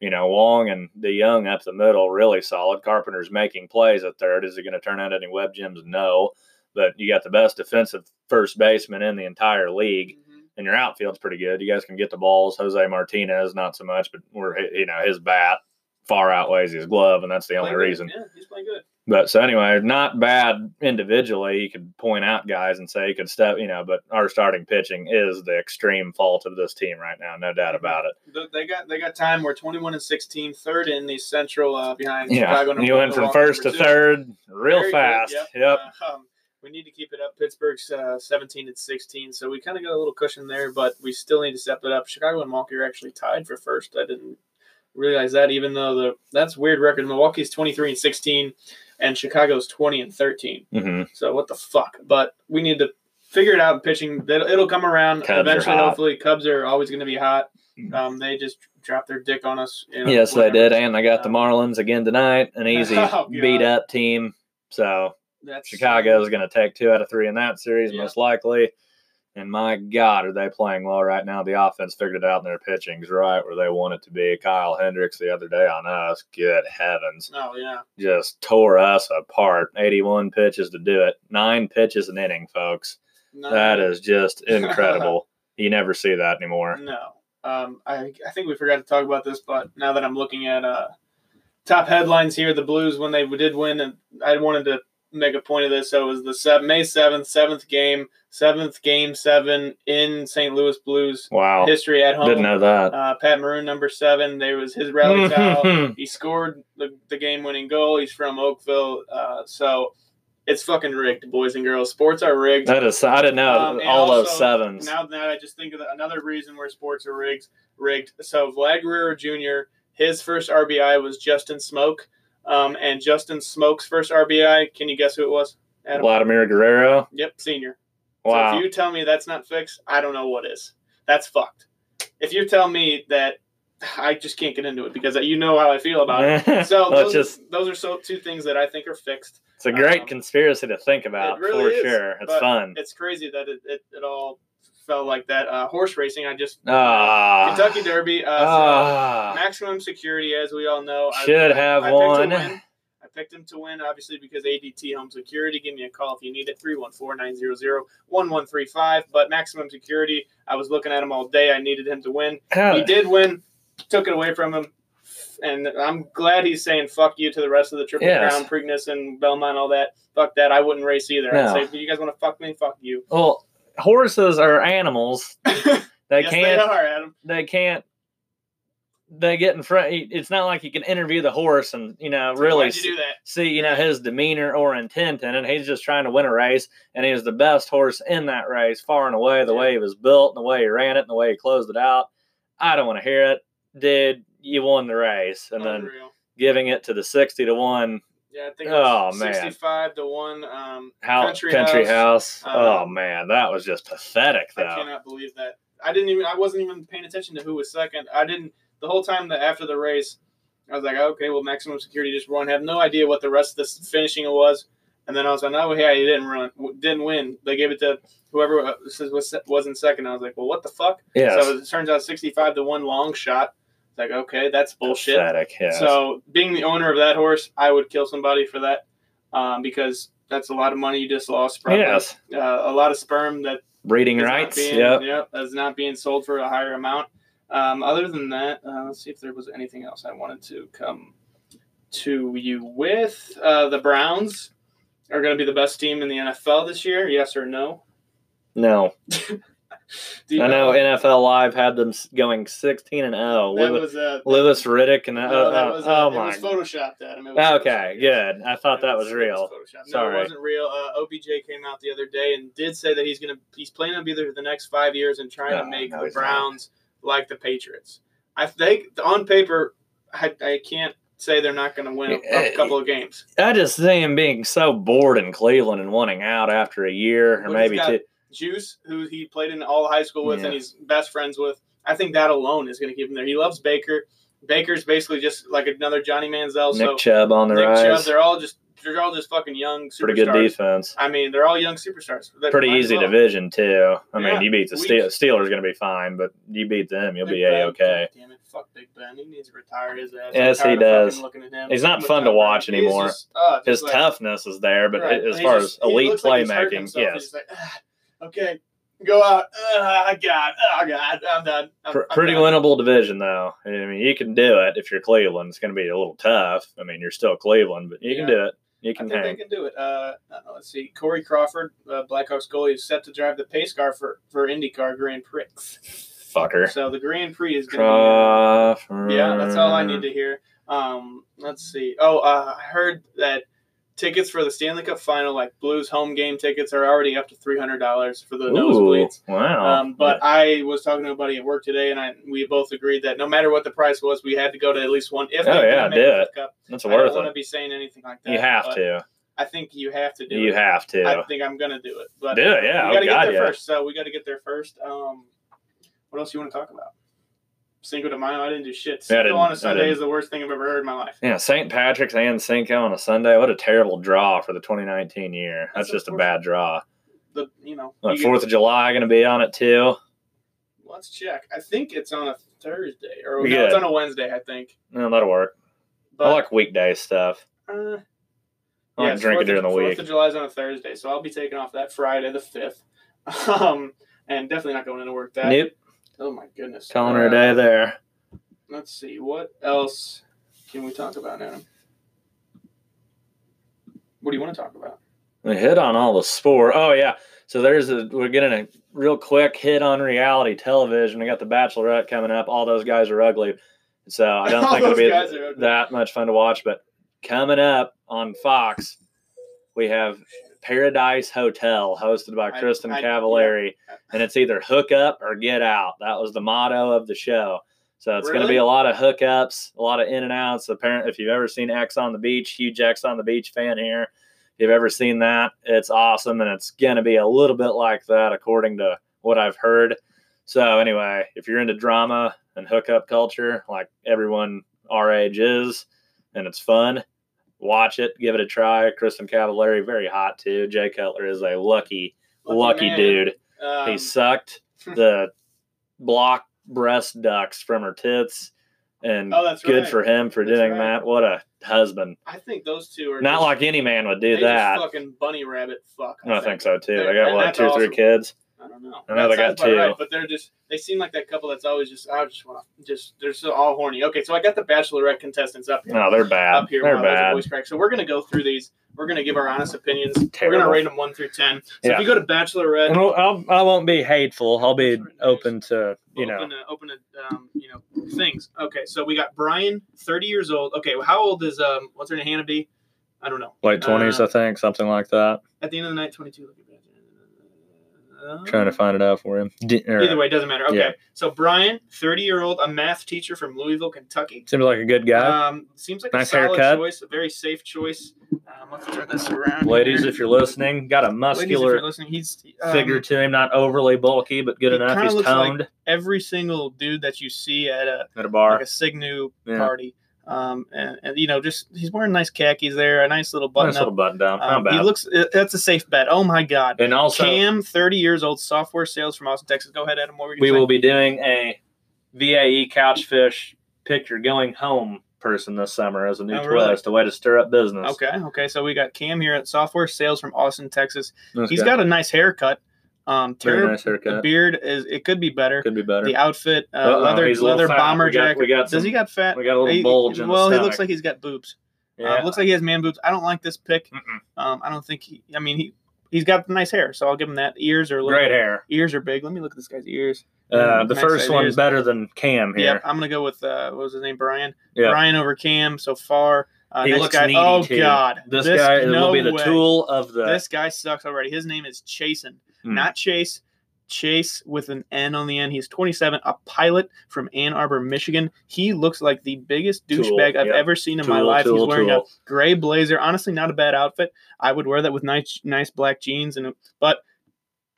S1: You know, Wong and the Young up the middle, really solid. Carpenter's making plays at third. Is it going to turn out any web gems? No. But you got the best defensive first baseman in the entire league
S2: Mhm.
S1: and your outfield's pretty good. You guys can get the balls. Jose Martinez, not so much, but we're you know his bat far outweighs his glove, and that's the only
S2: Playing good.
S1: reason.
S2: Yeah, he's playing good.
S1: But so anyway, not bad individually. You could point out guys and say you could step, you know, but our starting pitching is the extreme fault of this team right now, no
S2: Mhm.
S1: doubt about it.
S2: Th- They got they got time. We're 21 and 16, third in the Central uh, behind
S1: Yeah,
S2: Chicago.
S1: you went from
S2: Milwaukee,
S1: first to
S2: number two.
S1: third real
S2: Very good,
S1: fast. Yep.
S2: Uh, um, we need to keep it up. Pittsburgh's uh, 17 and 16, so we kind of got a little cushion there, but we still need to step it up. Chicago and Milwaukee are actually tied for first. I didn't realize that, even though the that's weird record. Milwaukee's 23 and 16, and Chicago's 20 and 13.
S1: hmm
S2: So what the fuck? But we need to figure it out. in Pitching, it'll, it'll come around
S1: Cubs are
S2: eventually.
S1: hot. Mm.
S2: Hopefully, Cubs are always going to be hot. Um, they just dropped their dick on us. you know,
S1: Yes, they
S2: whatever.
S1: did, and they got the
S2: Um,
S1: Marlins again tonight. An easy
S2: Oh, God.
S1: beat up team. So
S2: That's
S1: Chicago is going to take two out of three in that series,
S2: Yeah.
S1: most likely. And my God, are they playing well right now? The offense figured it out, and their pitching's right where they want it to be. Kyle Hendricks the other day on us, good heavens,
S2: Oh yeah,
S1: just tore us apart. 81 pitches to do it, nine pitches an inning, folks.
S2: no,
S1: That is just incredible. you never see that anymore.
S2: No. Um, I, I think we forgot to talk about this, but now that I'm looking at uh, top headlines here, the Blues, when they did win, and I wanted to make a point of this. So it was the sev- May 7th, 7th game, 7th game 7 in St. Louis Blues
S1: Wow,
S2: history at home.
S1: didn't know that.
S2: Uh, Pat Maroon, number 7, there was his rally towel. He scored the, the game winning goal. He's from Oakville. Uh, so it's fucking rigged, boys and girls. Sports are rigged.
S1: That is, I didn't know
S2: Um, and
S1: all those
S2: also,
S1: sevens.
S2: Now that I just think of the, another reason where sports are rigged, rigged. So Vlad Guerrero Jr. His first RBI was Justin Smoke, um, and Justin Smoke's first RBI. Can you guess who it was? Adam.
S1: Vladimir Guerrero.
S2: Yep, senior.
S1: Wow.
S2: So if you tell me that's not fixed, I don't know what is. That's fucked. If you tell me that, I just can't get into it because you know how I feel about it. So
S1: Let's
S2: those,
S1: just
S2: those are so two things that I think are fixed.
S1: It's a great
S2: Um,
S1: conspiracy to think about
S2: it
S1: for
S2: really is,
S1: sure. It's
S2: but
S1: fun.
S2: It's crazy that it, it, it all fell like that. Uh, horse racing, I just
S1: Ah,
S2: Kentucky Derby. Uh, so
S1: ah,
S2: maximum security, as we all know. I-
S1: should
S2: I-
S1: have
S2: I picked to
S1: one.
S2: win. I picked him to win, obviously, because ADT Home Security. Give me a call if you need it, 314 900 1135. But maximum security, I was looking at him all day. I needed him to win. He
S1: How-
S2: did win, took it away from him. And I'm glad he's saying fuck you to the rest of the Triple
S1: Yes.
S2: Crown, Preakness, and Belmont, all that. Fuck that. I wouldn't race either.
S1: No.
S2: I'd say, you guys want to fuck me? Fuck you.
S1: Well, horses are animals. They
S2: yes, they
S1: can't.
S2: are, Adam.
S1: They, can't. They get in front. It's not like you can interview the horse and you know really
S2: Why'd you do that?
S1: see you know his demeanor or intent in it. He's just trying to win a race, and he was the best horse in that race, far and away. The way he was built, and the way he ran it, and the way he closed it out. I don't want to hear it, dude. You won the race, and then
S2: Unreal.
S1: giving it to the sixty to one.
S2: Yeah, I think
S1: Oh,
S2: oh,
S1: man.
S2: 65 to 1. Um,
S1: How, country,
S2: Country
S1: house.
S2: uh,
S1: oh man, that was just pathetic,
S2: I
S1: though.
S2: cannot believe that. I didn't even, I wasn't even paying attention to who was second. I didn't, the whole time that after the race, I was like, okay, well, maximum security just won. Have no idea what the rest of this finishing was. And then I was like, oh, yeah, he didn't run, didn't win. They gave it to whoever uh, was, was in second. I was like, well, what the fuck?
S1: Yes,
S2: So it turns out 65 to 1 long shot. It's like, okay, that's bullshit.
S1: Pathetic. Yes.
S2: So, being the owner of that horse, I would kill somebody for that um, because that's a lot of money you just lost. Probably.
S1: yes,
S2: Uh, a lot of sperm that
S1: breeding
S2: is not
S1: rights.
S2: being-
S1: Yep.
S2: yep, is not being sold for a higher amount. Um, other than that, uh, let's see if there was anything else I wanted to come to you with. Uh, the Browns are going to be the best team in the NFL this year. Yes or no?
S1: No,
S2: Do you
S1: I know NFL Live had them s- going sixteen and zero.
S2: that
S1: Lewis,
S2: was uh,
S1: Lewis Riddick and uh,
S2: no, that was, uh,
S1: oh
S2: it
S1: my.
S2: was photoshopped at him. It was
S1: okay,
S2: photoshopped, yes.
S1: good. I thought that was real.
S2: Photoshop.
S1: Sorry.
S2: No, it wasn't real. Uh, OBJ came out the other day and did say that he's gonna he's planning on being there for the next five years and trying
S1: No,
S2: to make
S1: no,
S2: the
S1: he's not.
S2: Browns like the Patriots. I think on paper, I, I can't say they're not gonna win a, a couple of games.
S1: I just see him being so bored in Cleveland and wanting out after a year or
S2: Well,
S1: maybe
S2: he's got-
S1: two.
S2: Juice, who he played in all high school with
S1: Yeah.
S2: and he's best friends with, I think that alone is gonna keep him there. He loves Baker. Baker's basically just like another Johnny Manziel.
S1: Nick
S2: so
S1: Chubb on the
S2: Nick
S1: rise.
S2: Chubb, they're all just they're all just fucking young superstars.
S1: Pretty good defense.
S2: I mean, they're all young superstars. They
S1: pretty
S2: might as
S1: easy
S2: well.
S1: division too. I
S2: Yeah,
S1: mean, you beat the
S2: we-
S1: Steel, Steelers going to be fine, but you beat them, you'll be
S2: Big Ben,
S1: a okay.
S2: God Damn it, fuck Big Ben. He needs to retire his ass.
S1: Yes,
S2: I'm
S1: he
S2: tired of
S1: does.
S2: fucking looking at him.
S1: He's not
S2: I'm
S1: fun to
S2: tired of
S1: watch
S2: him. He's
S1: anymore.
S2: just- oh, just
S1: His
S2: like-
S1: toughness is there, but
S2: right.
S1: as
S2: He's
S1: far
S2: just-
S1: as
S2: he
S1: elite
S2: looks like he's hurting
S1: playmaking,
S2: himself. He's
S1: yes,
S2: just like, "Ah, okay, go out. Oh God, oh God, I'm done. I'm,
S1: Pr-
S2: I'm
S1: pretty
S2: done.
S1: winnable division, though. I mean, you can do it if you're Cleveland. It's going to be a little tough. I mean, you're still Cleveland, but you can
S2: Yeah.
S1: do it. You
S2: I
S1: can
S2: think they
S1: hang.
S2: can do it. Uh, uh, let's see. Corey Crawford, uh, Blackhawks goalie, is set to drive the pace car for, for IndyCar Grand Prix.
S1: Fucker.
S2: So the Grand Prix is going to be. uh,
S1: Crawford.
S2: Yeah, that's all I need to hear. Um, let's see. Oh, uh, I heard that tickets for the Stanley Cup final, like Blues home game tickets, are already up to three hundred dollars for the
S1: Ooh, Oh,
S2: nosebleeds.
S1: wow.
S2: Um, but I was talking to a buddy at work today, and I we both agreed that no matter what the price was, we had to go to at least one. If
S1: Oh,
S2: they couldn't
S1: yeah,
S2: make
S1: do
S2: the
S1: it.
S2: Cup,
S1: that's
S2: I don't
S1: worth
S2: want to
S1: it.
S2: be saying anything like that.
S1: You have
S2: but
S1: to.
S2: I think you have to do
S1: You
S2: it.
S1: have to.
S2: I think I'm gonna do it. But
S1: do it, yeah.
S2: we
S1: Oh,
S2: gotta get
S1: God,
S2: there
S1: yeah.
S2: first. So we gotta get there first. Um, what else you want to talk about? Cinco de Mayo. I didn't do shit.
S1: Yeah, I
S2: Cinco
S1: didn't-
S2: on
S1: I
S2: a Sunday
S1: didn't.
S2: is the worst thing I've ever heard in my life.
S1: Yeah, St. Patrick's and Cinco on a Sunday. What a terrible draw for the 2019 year. That's,
S2: That's
S1: just a
S2: unfortunate.
S1: bad draw.
S2: The you know
S1: Like
S2: you-
S1: Fourth of July going to be on it too.
S2: Let's check. I think it's on a Thursday or
S1: We
S2: no, it's
S1: good.
S2: on a Wednesday. I think.
S1: No, that'll work. I
S2: But
S1: like weekday stuff.
S2: uh,
S1: I like
S2: yes,
S1: drinking
S2: Fourth
S1: during
S2: of-
S1: the
S2: Fourth
S1: week.
S2: of July is on a Thursday, so I'll be taking off that Friday the fifth. Um, and definitely not going into work that.
S1: Nope,
S2: Oh my goodness.
S1: calling her a
S2: Uh,
S1: day there.
S2: Let's see what else can we talk about, Adam. What do you want to talk about?
S1: We hit on all the sport. Oh yeah, so there's a we're getting a real quick hit on reality television. We got the Bachelorette coming up. All those guys are ugly, so I don't
S2: All
S1: think it'll
S2: those
S1: be
S2: guys are ugly.
S1: that much fun to watch. But coming up on Fox, we have Paradise Hotel, hosted by
S2: I-
S1: Kristen
S2: I-
S1: Cavallari, and it's either hook up or get out. That was the motto of the show. So it's going to
S2: Really?
S1: be a lot of hookups, a lot of in and outs. Apparently, if you've ever seen X on the Beach, huge X on the Beach fan here. If you've ever seen that, it's awesome, and it's going to be a little bit like that, according to what I've heard. So anyway, if you're into drama and hookup culture, like everyone our age is, and it's fun, watch it, give it a try. Kristen Cavallari, very hot too. Jay Cutler is a lucky, lucky,
S2: man.
S1: dude.
S2: Um,
S1: he sucked the block breast ducts from her tits, and
S2: oh, that's
S1: good
S2: right.
S1: for him for
S2: That's
S1: doing
S2: right.
S1: that. What a husband!
S2: I think those two are
S1: Not
S2: just-
S1: like any man would do
S2: they
S1: that.
S2: Just fucking bunny rabbit. Fuck.
S1: I think so too. They
S2: And-
S1: got
S2: and
S1: what
S2: that's
S1: two, or three
S2: awesome.
S1: kids.
S2: I don't know.
S1: I know they
S2: sounds
S1: got
S2: about
S1: two.
S2: but they're just they seem like that couple that's always just I just want to just they're so all horny. Okay, so I got the Bachelorette contestants up here.
S1: No, they're bad.
S2: Up here,
S1: they're
S2: while there's a
S1: bad.
S2: voice crack. So we're gonna go through these. We're gonna give our honest opinions. We're
S1: Terrible.
S2: gonna rate them one through ten. So
S1: Yeah.
S2: if you go to Bachelorette,
S1: And I'll, I'll, I won't be hateful. I'll be open to you know.
S2: open to, open to, um, you know things. Okay, so we got Brian, thirty years old. Okay, well, how old is um what's her name Hannah B? I don't know.
S1: Late twenties,
S2: Uh,
S1: I think, something like that.
S2: At the end of the night, twenty two. Look at that. Uh,
S1: Trying to find it out for him. D- or-
S2: Either way, it doesn't matter. Okay,
S1: Yeah.
S2: so Brian, thirty year old, a math teacher from Louisville, Kentucky.
S1: seems like a good guy.
S2: Um, seems like
S1: Nice
S2: a solid
S1: haircut.
S2: choice, a very safe choice. Um, let's turn this around.
S1: Ladies,
S2: here.
S1: if you're listening, got a
S2: Ladies, if you're
S1: muscular
S2: listening, he's um,
S1: figure to him, not overly bulky, but good
S2: he
S1: enough.
S2: kinda
S1: He's
S2: looks like-
S1: toned
S2: every single dude that you see at a
S1: at a bar.
S2: like a Signu
S1: Yeah.
S2: party. Um, and, and you know, just he's wearing nice khakis there, a nice little button
S1: nice little
S2: up.
S1: button down. Not
S2: Um,
S1: bad.
S2: He looks. it- That's a safe bet. Oh my god.
S1: and also,
S2: Cam, thirty years old, software sales from Austin, Texas. Go ahead, Adam. What were you
S1: we
S2: gonna
S1: will be doing a E VAE Couchfish picture going home person this summer as a new
S2: Oh, really?
S1: twist, a way to stir up business.
S2: say? Okay, okay. So we got Cam here at software sales from Austin, Texas.
S1: He's
S2: He's got a nice haircut. Um,
S1: very
S2: terrible.
S1: nice
S2: The
S1: haircut.
S2: beard is. It could be better.
S1: Could be better.
S2: The outfit, uh,
S1: Uh-oh,
S2: leather
S1: he's a little
S2: leather
S1: fat.
S2: bomber
S1: We got-
S2: jacket.
S1: we got
S2: Does
S1: some-
S2: he got fat?
S1: we got a little
S2: He-
S1: bulge in the
S2: well, he looks
S1: stomach.
S2: like he's got boobs.
S1: yeah.
S2: Uh, looks like he has man boobs. I don't like this pick.
S1: Mm-mm.
S2: Um, I don't think he. I mean, he he's got nice hair, so I'll give him that. Ears are a little,
S1: Great hair.
S2: Ears are big. Let me look at this guy's ears.
S1: Uh, the
S2: Max
S1: first one
S2: Ideas.
S1: better than Cam
S2: Yep,
S1: here.
S2: I'm gonna go with uh, what was his name, Brian.
S1: Yeah.
S2: Brian over Cam so far. Uh,
S1: He
S2: next
S1: looks
S2: guy.
S1: needy,
S2: oh
S1: too.
S2: God,
S1: This, guy
S2: no
S1: will be the
S2: way.
S1: tool of the.
S2: This guy sucks already. His name is Chasen,
S1: Hmm.
S2: not Chase. Chase with an N on the end. He's 27, a pilot from Ann Arbor, Michigan. He looks like the biggest
S1: Tool,
S2: douchebag I've
S1: yeah.
S2: ever seen in my
S1: tool,
S2: life.
S1: tool,
S2: He's wearing a
S1: tool.
S2: gray blazer. Honestly, not a bad outfit. I would wear that with nice, nice black jeans and. a- But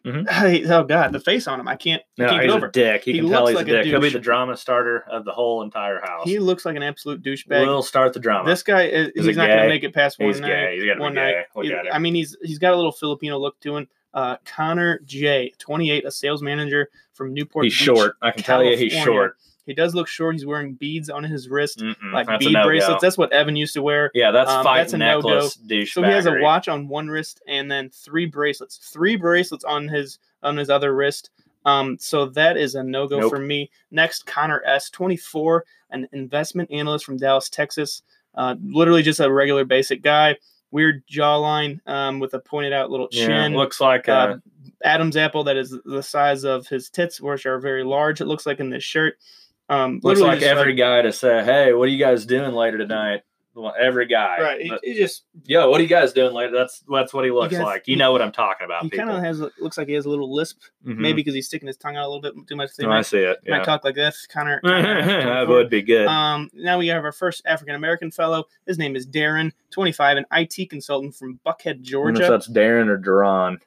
S1: Mhm.
S2: Hey, oh god, the face on him, I can't, I
S1: No,
S2: can't get
S1: he's
S2: over.
S1: a dick. You
S2: He
S1: can tell
S2: looks
S1: he's
S2: like
S1: a
S2: a
S1: dick. He'll be
S2: douche.
S1: the drama starter of the whole entire house.
S2: He looks like an absolute douchebag.
S1: will start the drama.
S2: this guy is
S1: Is
S2: he's
S1: it
S2: not going
S1: gay?
S2: to make it past one
S1: he's
S2: night.
S1: gay. He's got to
S2: one
S1: be
S2: night.
S1: gay. Look
S2: He-
S1: at him.
S2: I mean, he's he's got a little Filipino look to him. Uh, Connor J, 28, a sales manager from Newport.
S1: he's
S2: Beach.
S1: short. I can tell you he's
S2: California.
S1: short.
S2: He does look short. He's wearing beads on his wrist,
S1: Mm-mm,
S2: like
S1: Mm, that's a
S2: bead
S1: no-go.
S2: bracelets. That's what Evan used to wear.
S1: yeah, that's
S2: um,
S1: fight
S2: that's a no-go.
S1: necklace douchebag.
S2: So he has a watch on one wrist and then three bracelets. Three bracelets on his on his other wrist. Um, so that is a no go
S1: Nope.
S2: for me. Next, Connor S, 24, an investment analyst from Dallas, Texas. Uh, literally just a regular basic guy. Weird jawline um, with a pointed out little
S1: Yeah,
S2: chin.
S1: looks like
S2: uh,
S1: a
S2: Adam's apple that is the size of his tits, which are very large. It looks like in this shirt. Um,
S1: looks
S2: literally
S1: like
S2: just
S1: every guy to say, "Hey, what are you guys doing later tonight?" Well, Every guy,
S2: right. He,
S1: But,
S2: he just
S1: Yo, what are you guys doing later? That's that's what he looks
S2: guys-
S1: like. You
S2: he-
S1: know what I'm talking about,
S2: he
S1: people.
S2: kind of has looks like he has a little lisp,
S1: Mhm.
S2: maybe because he's sticking his tongue out a little bit too much. So he
S1: No, Oh, I
S2: might,
S1: see it.
S2: might
S1: Yeah.
S2: talk like this, Connor.
S1: that would be good.
S2: Um, now we have our first African American fellow. His name is Darren, 25, an IT consultant from Buckhead,
S1: Even if
S2: Georgia.
S1: that's Darren or Duran.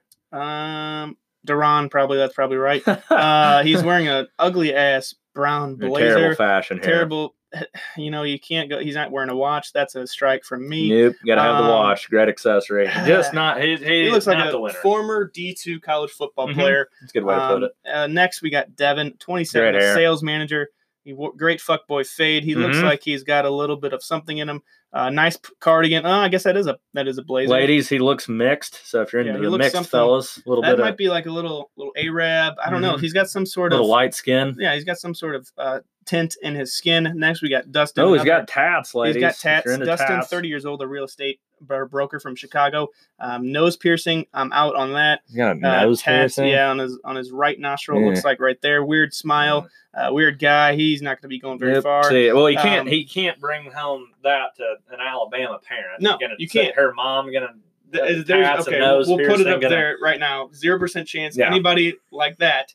S2: Um, Daron, probably that's probably right. Uh, he's wearing an ugly ass brown
S1: In a
S2: blazer.
S1: terrible fashion here.
S2: terrible. You know, you can't go. He's not wearing a watch. That's a strike from me.
S1: Nope, gotta have
S2: Um,
S1: the watch. Great accessory. Just not. He, he,
S2: He looks like
S1: not
S2: a
S1: the winner.
S2: former D two college football
S1: Mhm.
S2: player.
S1: That's a good way to put
S2: Um,
S1: it.
S2: uh, next, we got Devin, twenty seven,
S1: Great hair.
S2: sales manager. He, wo- great fuckboy fade. He looks
S1: Mhm.
S2: like he's got a little bit of something in him. Uh, nice p- cardigan. Oh, I guess that is a that is a blazer.
S1: Ladies, he looks mixed. So if you're
S2: Yeah,
S1: into
S2: he
S1: the
S2: looks
S1: mixed
S2: something-
S1: fellas, a little
S2: that
S1: bit
S2: might
S1: of
S2: be like a little little Arab. I don't know.
S1: Mhm.
S2: He's got some sort
S1: little
S2: of
S1: light skin.
S2: yeah. He's got some sort of uh, tint in his skin. Next, we got Dustin.
S1: Oh, he's
S2: another-
S1: got tats, ladies.
S2: He's got
S1: If you're
S2: tats.
S1: into
S2: Dustin,
S1: tats,
S2: 30 years old, a real estate bro- broker from Chicago. Um, nose piercing. I'm out on that.
S1: He's got a
S2: Uh,
S1: nose
S2: tats,
S1: piercing.
S2: Yeah, on his on his right nostril.
S1: Yeah.
S2: Looks like right there. Weird smile. Uh, weird guy. He's not going to be going very
S1: Yep,
S2: far.
S1: see, well, he can't.
S2: Um,
S1: he can't bring home that to an Alabama parent.
S2: No,
S1: Gonna
S2: you
S1: say
S2: can't.
S1: Her mom gonna.
S2: Th- There's,
S1: tats and
S2: okay, we'll
S1: nose
S2: we'll put it
S1: piercing,
S2: up
S1: gonna-
S2: there right now. Zero percent chance
S1: Yeah.
S2: anybody like that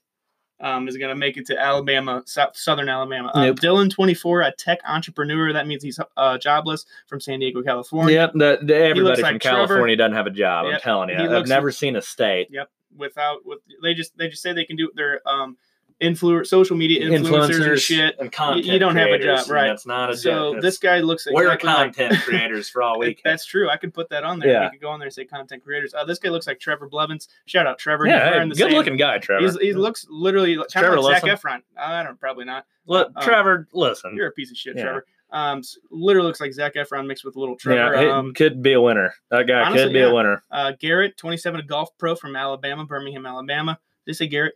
S2: um, is going to make it to Alabama, sou- Southern Alabama. Uh,
S1: Nope.
S2: Dylan, 24, a tech entrepreneur. That means he's uh, jobless from San Diego, California.
S1: Yep, the, the, everybody from
S2: like Trevor.
S1: California doesn't have a job. I'm
S2: Yep,
S1: telling you,
S2: he
S1: I've
S2: looks-
S1: never seen a state
S2: Yep. Without with they just they just say they can do their um influ- social media influencers, and shit.
S1: and content.
S2: you don't have a
S1: creators,
S2: job,
S1: and
S2: right.
S1: Uh, That's not a
S2: So
S1: job.
S2: this guy looks
S1: we're
S2: exactly like-
S1: content creators for all we
S2: That-
S1: can.
S2: That's true. I could put that on there.
S1: Yeah.
S2: We could go on there and say content creators. Uh, this guy looks like Trevor Blevins. Shout out Trevor. He's
S1: yeah,
S2: wearing
S1: hey,
S2: the
S1: good
S2: same-
S1: looking guy, Trevor.
S2: He's, he looks literally kind
S1: Trevor
S2: of like Zac
S1: Lawson?
S2: Efron. Uh, I don't probably not.
S1: Look,
S2: um,
S1: Trevor, listen.
S2: You're a piece of shit,
S1: Mm. Yeah.
S2: Trevor. Um, s- literally looks like Zach Efron mixed with a little Trevor.
S1: yeah, he
S2: um,
S1: could be a winner. That guy
S2: honestly,
S1: could be
S2: yeah.
S1: a winner.
S2: uh, Garrett, 27, a golf pro from Alabama, Birmingham, Alabama. Did they say Garrett?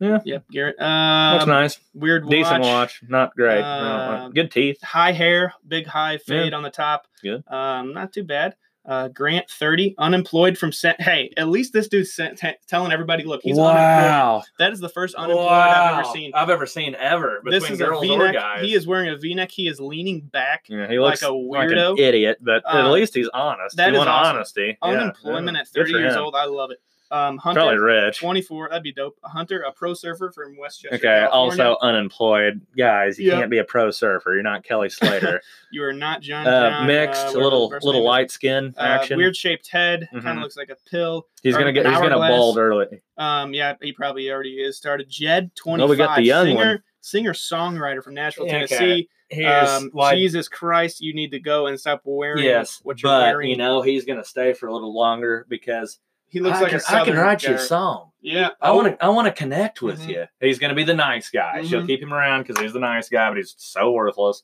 S1: Yeah.
S2: Yep, Garrett.
S1: Looks
S2: Um,
S1: nice,
S2: Weird watch.
S1: decent watch. Not great. No,
S2: uh,
S1: good teeth.
S2: high hair, big high fade on the top.
S1: Good.
S2: Um, not too bad. Uh, Grant, 30, unemployed from San. Hey, at least this dude's sen- t- telling everybody, look, he's unemployed. That is the first unemployed I've ever
S1: Wow.
S2: seen.
S1: I've ever seen ever between
S2: this is a
S1: girls or
S2: V-neck.
S1: guys.
S2: He is wearing a V-neck. He is leaning back.
S1: yeah, he looks
S2: like a
S1: an
S2: weirdo.
S1: idiot, but at
S2: Uh,
S1: least he's honest.
S2: that
S1: you
S2: is
S1: want
S2: awesome.
S1: honesty. Yeah,
S2: Unemployment
S1: yeah.
S2: at
S1: Good
S2: 30
S1: for
S2: years
S1: him.
S2: old. I love it. Um, Hunter,
S1: Probably rich.
S2: 24. That'd be dope. Hunter, a pro surfer from Westchester.
S1: Okay.
S2: California.
S1: Also unemployed guys. You
S2: Yeah.
S1: can't be a pro surfer. You're not Kelly Slater.
S2: you are not John.
S1: uh,
S2: Brown,
S1: mixed,
S2: uh,
S1: a
S2: whatever
S1: little
S2: the first
S1: little
S2: name is.
S1: light skin
S2: Uh,
S1: action.
S2: weird shaped head. Kind
S1: Mhm.
S2: of looks like a pill.
S1: he's gonna
S2: an
S1: get. He's gonna
S2: hourglass.
S1: bald early.
S2: Um, yeah, he probably already is started. Jed, 25.
S1: Well, we got the young
S2: singer,
S1: one.
S2: Singer songwriter from Nashville,
S1: Yeah, okay.
S2: Tennessee.
S1: Here's
S2: Um,
S1: like-
S2: Jesus Christ, you need to go and stop wearing
S1: yes,
S2: what you're
S1: but
S2: wearing.
S1: you know he's gonna stay for a little longer because
S2: he looks
S1: I
S2: like
S1: can, I
S2: a
S1: can
S2: Southern Oh.
S1: write you Oh, a
S2: guy.
S1: song.
S2: Yeah.
S1: I want to. I want to connect with
S2: Mhm.
S1: you. He's gonna be the nice guy. She'll
S2: Mhm.
S1: keep him around because he's the nice guy, but he's so worthless.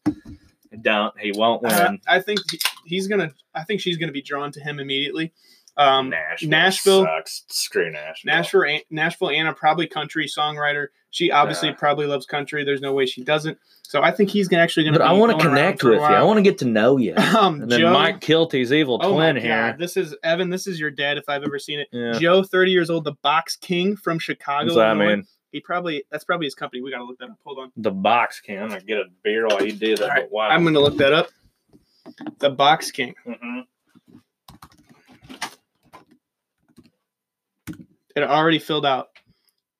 S1: Don't he won't win.
S2: Uh, I think he- he's gonna. I think she's gonna be drawn to him immediately. Um,
S1: Nashville,
S2: Nashville-
S1: sucks. Screw Nashville.
S2: Nashville, Nashville Anna, probably country songwriter. She obviously
S1: Yeah.
S2: probably loves country. There's no way she doesn't. So I think he's gonna actually gonna.
S1: But I want to connect with you. I want to get to know you.
S2: Um,
S1: And then
S2: Joe,
S1: Mike Kilty's evil
S2: oh my
S1: twin
S2: God,
S1: here.
S2: this is Evan. This is your dad if I've ever seen it.
S1: Yeah.
S2: Joe, 30 years old, the Box King from Chicago.
S1: That's what I
S2: Illinois.
S1: mean.
S2: He probably that's probably his company. We gotta look that up. Hold on.
S1: The box can. I'm gonna get a beer while you do that.
S2: All right,
S1: But wow.
S2: I'm gonna look that up. The Box King.
S1: Mhm.
S2: It already filled out.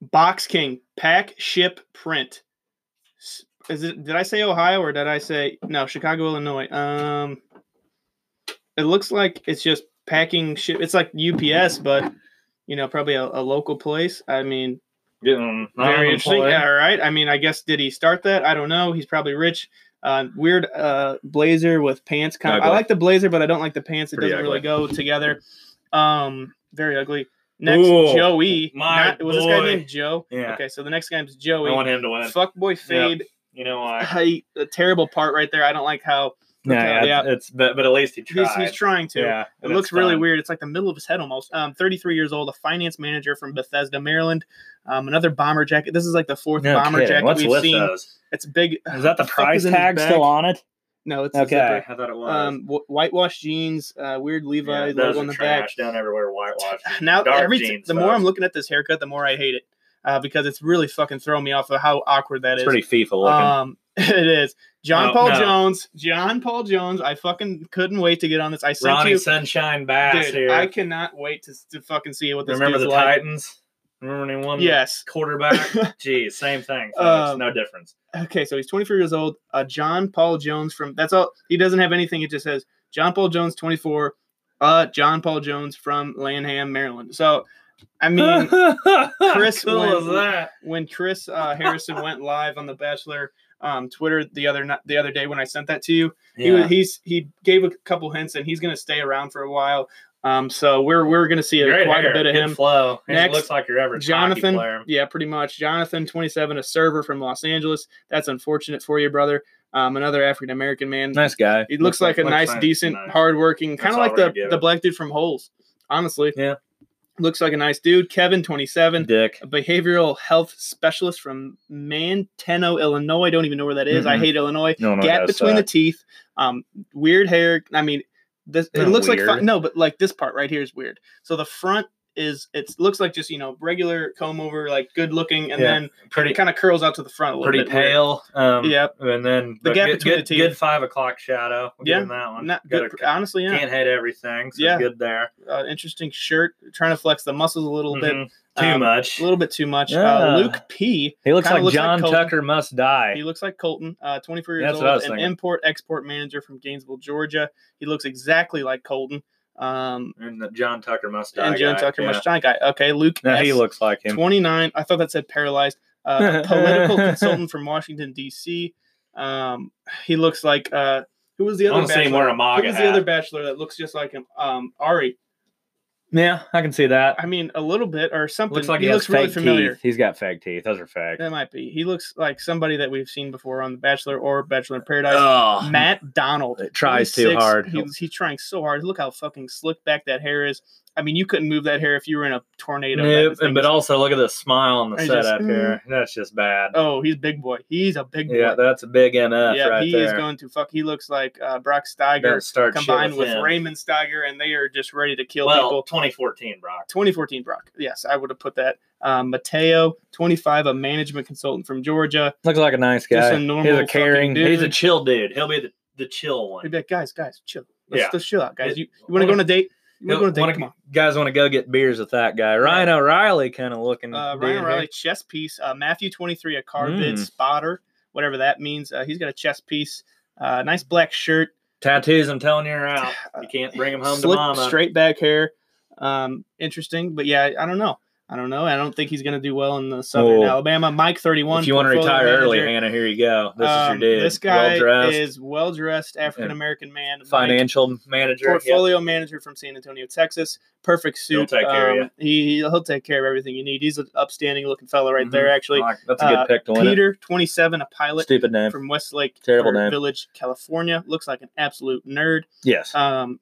S2: Box King, pack, ship, print. S- Is it? Did I say Ohio or did I say no? Chicago, Illinois. Um, it looks like it's just packing ship. It's like UPS, but you know, probably a, a local place. I mean,
S1: Getting
S2: very interesting.
S1: unemployed.
S2: Yeah, all right. I mean, I guess did he start that? I don't know. He's probably rich. Uh, weird uh, blazer with pants. Kind of, I
S1: Ugly.
S2: like the blazer, but I don't like the pants. It
S1: Pretty
S2: doesn't
S1: ugly.
S2: really go together. Um, very ugly. Next,
S1: Ooh,
S2: Joey.
S1: my
S2: was this guy
S1: boy.
S2: named Joe?
S1: Yeah.
S2: Okay, so the next guy is
S1: I
S2: Joey.
S1: want him to win.
S2: Fuckboy fade,
S1: You know why?
S2: I, the terrible part right there. I don't like how
S1: No,
S2: Yeah.
S1: yeah, It's but, but at least he tried.
S2: he's, he's trying to.
S1: Yeah,
S2: It
S1: and
S2: looks
S1: it's
S2: really
S1: done.
S2: weird. It's like the middle of his head almost. Um, 33 years old, a finance manager from Bethesda, Maryland. Um, another bomber jacket. This is like the fourth
S1: No
S2: bomber
S1: kidding.
S2: jacket
S1: What's
S2: we've
S1: with
S2: seen.
S1: those?
S2: It's big.
S1: Is that the
S2: fuck
S1: price
S2: is in his
S1: tag
S2: bag?
S1: still on it?
S2: No, it's a
S1: Okay,
S2: zipper.
S1: I thought it was.
S2: Um, wh- whitewash jeans, uh, weird
S1: yeah,
S2: Levi
S1: those
S2: logo
S1: are
S2: on the back.
S1: trash. Don't ever wear whitewash.
S2: Now,
S1: Dark
S2: every
S1: jeans,
S2: the more I'm
S1: folks.
S2: looking at this haircut, the more I hate it uh, because it's really fucking throwing me off of how awkward that is.
S1: It's pretty FIFA looking.
S2: Um, it is. John
S1: No,
S2: Paul
S1: no.
S2: Jones. John Paul Jones. I fucking couldn't wait to get on this. I sent
S1: Ronnie
S2: you,
S1: Sunshine Bass
S2: dude.
S1: here.
S2: I cannot wait to, to fucking see what this.
S1: Remember
S2: dude's
S1: the
S2: like.
S1: Titans? Remember when he won? the
S2: Yes.
S1: Quarterback. Geez, same thing. folks.
S2: Um,
S1: no difference.
S2: Okay, so he's 24 years old. Uh, John Paul Jones from. That's all. He doesn't have anything. It just says John Paul Jones, 24. Uh, John Paul Jones from Lanham, Maryland. So, I mean, Chris
S1: cool
S2: went-
S1: as that.
S2: when Chris uh, Harrison went live on the Bachelor um, Twitter the other night, the other day when I sent that to you, He was, he's he gave a couple hints and he's going to stay around for a while. Um, so we're we're going to see a,
S1: Great
S2: quite
S1: hair,
S2: a bit of
S1: good
S2: him.
S1: Flow. He
S2: Next,
S1: looks like your average Jonathan.
S2: Jonathan,
S1: Player.
S2: yeah, pretty much. Jonathan, 27, a server from Los Angeles. That's unfortunate for you, brother. Um, another African American man.
S1: Nice guy.
S2: He looks, like, a nice, decent, hardworking,
S1: That's
S2: kind of
S1: all
S2: like
S1: we're
S2: the
S1: gonna give
S2: the
S1: it.
S2: black dude from Holes. Honestly,
S1: Yeah.
S2: looks like a nice dude. Kevin, 27,
S1: dick.
S2: a behavioral health specialist from Manteno, Illinois. Don't even know where that is. I
S1: Mhm.
S2: hate Illinois
S1: No, no,
S2: gap between the teeth, um, weird hair. I mean, this it
S1: Not
S2: looks like
S1: weird.
S2: fi- no, but like this part right here is weird. So the front is it looks like just you know regular comb over, like good looking, and
S1: Yeah,
S2: then
S1: pretty
S2: it kind of curls out to the front a little
S1: pretty
S2: bit. weird.
S1: pale. Um,
S2: Yep.
S1: And then
S2: The
S1: but
S2: gap
S1: good,
S2: between
S1: good,
S2: the teeth.
S1: good five o'clock shadow. We'll
S2: Yeah,
S1: give him that one.
S2: Not
S1: Got
S2: good.
S1: a-
S2: for- honestly, yeah.
S1: Can't hate everything. So
S2: Yeah.
S1: good there.
S2: Uh, interesting shirt, trying to flex the muscles a little bit,
S1: Mhm. Too
S2: um,
S1: much.
S2: a little bit too much.
S1: Yeah.
S2: Uh, Luke P.
S1: He looks
S2: kinda
S1: like
S2: looks like
S1: John
S2: Colton.
S1: Tucker must
S2: He
S1: die.
S2: looks like Colton, uh, 24 years
S1: That's what I
S2: old,
S1: was
S2: an
S1: thinking.
S2: import export manager from Gainesville, Georgia. He looks exactly like Colton. Um,
S1: And the John Tucker must die.
S2: and John
S1: guy,
S2: Tucker,
S1: yeah.
S2: much giant guy. Okay, Luke.
S1: No, he
S2: S.
S1: looks like him.
S2: 29. I thought that said paralyzed. Uh, a political consultant from Washington D.C. Um, he looks like uh, who was the
S1: I
S2: other?
S1: wanna see him
S2: Bachelor?
S1: wear a MAGA
S2: who was the
S1: hat.
S2: other bachelor that looks just like him? Um, Ari.
S1: Yeah, I can see that.
S2: I mean, a little bit or something.
S1: Looks like
S2: he,
S1: he, has
S2: looks really
S1: fake
S2: familiar.
S1: teeth. He's got fake teeth. Those are fake.
S2: That might be. He looks like somebody that we've seen before on The Bachelor or Bachelor in Paradise.
S1: Oh,
S2: Matt Donald
S1: It tries too
S2: 26.
S1: hard.
S2: He was- he's trying so hard. Look how fucking slick back that hair is. I mean, you couldn't move that hair if you were in a tornado. That
S1: Nope.
S2: thing
S1: But
S2: is-
S1: also look at the smile on the
S2: I
S1: set
S2: just- mm.
S1: up here. That's just bad.
S2: oh, he's big boy. He's a big boy.
S1: yeah, that's a big MF
S2: yeah,
S1: right
S2: he
S1: there.
S2: is going to fuck. He looks like uh, Brock Steiger
S1: Better start shit
S2: combined with,
S1: him.
S2: Raymond Steiger, and they are just ready to kill
S1: Well,
S2: people.
S1: 2014, Brock.
S2: 2014 Brock. Yes, I would have put that. Um, Mateo, 25, a management consultant from Georgia.
S1: Looks like a nice guy.
S2: Just a normal
S1: he's a
S2: fucking
S1: caring. He's a
S2: dude.
S1: chill dude. He'll be the, the chill
S2: He'd
S1: one.
S2: be like, guys, guys, chill. Let's,
S1: Yeah.
S2: let's chill out, guys. You, you want
S1: Wanna-
S2: to go on a date? You want to go on a date?
S1: Wanna-
S2: Come on.
S1: Guys want to go get beers with that guy. Ryan O'Reilly kind of looking.
S2: Uh,
S1: dude
S2: Ryan
S1: here.
S2: Riley, chess piece. Uh, Matthew, 23, a car bid
S1: Mm.
S2: spotter, whatever that means. Uh, he's got a chess piece. Uh, nice black shirt.
S1: Tattoos, I'm telling you, are out. You can't bring them home
S2: Uh, slick,
S1: to mama.
S2: straight back hair. Um, interesting, but yeah, I, I don't know. I don't know. I don't think he's going to do well in the Southern
S1: Whoa.
S2: Alabama. Mike, thirty-one.
S1: if you want to
S2: portfolio
S1: retire early,
S2: manager.
S1: Hannah, here you go. This
S2: Um,
S1: is your dude.
S2: This guy
S1: well-dressed,
S2: is well dressed African American man. Mike,
S1: financial manager. yeah.
S2: portfolio manager from San Antonio, Texas. Perfect suit.
S1: He'll
S2: um,
S1: take care of ya.
S2: He he'll take care of everything you need. He's an upstanding looking fellow right there.
S1: Mhm.
S2: Actually,
S1: Like, that's a good
S2: uh,
S1: pick to win. it.
S2: Peter, twenty-seven, a pilot
S1: Stupid name.
S2: from Westlake
S1: Terrible
S2: or
S1: name.
S2: Village, California. Looks like an absolute nerd.
S1: yes.
S2: Um,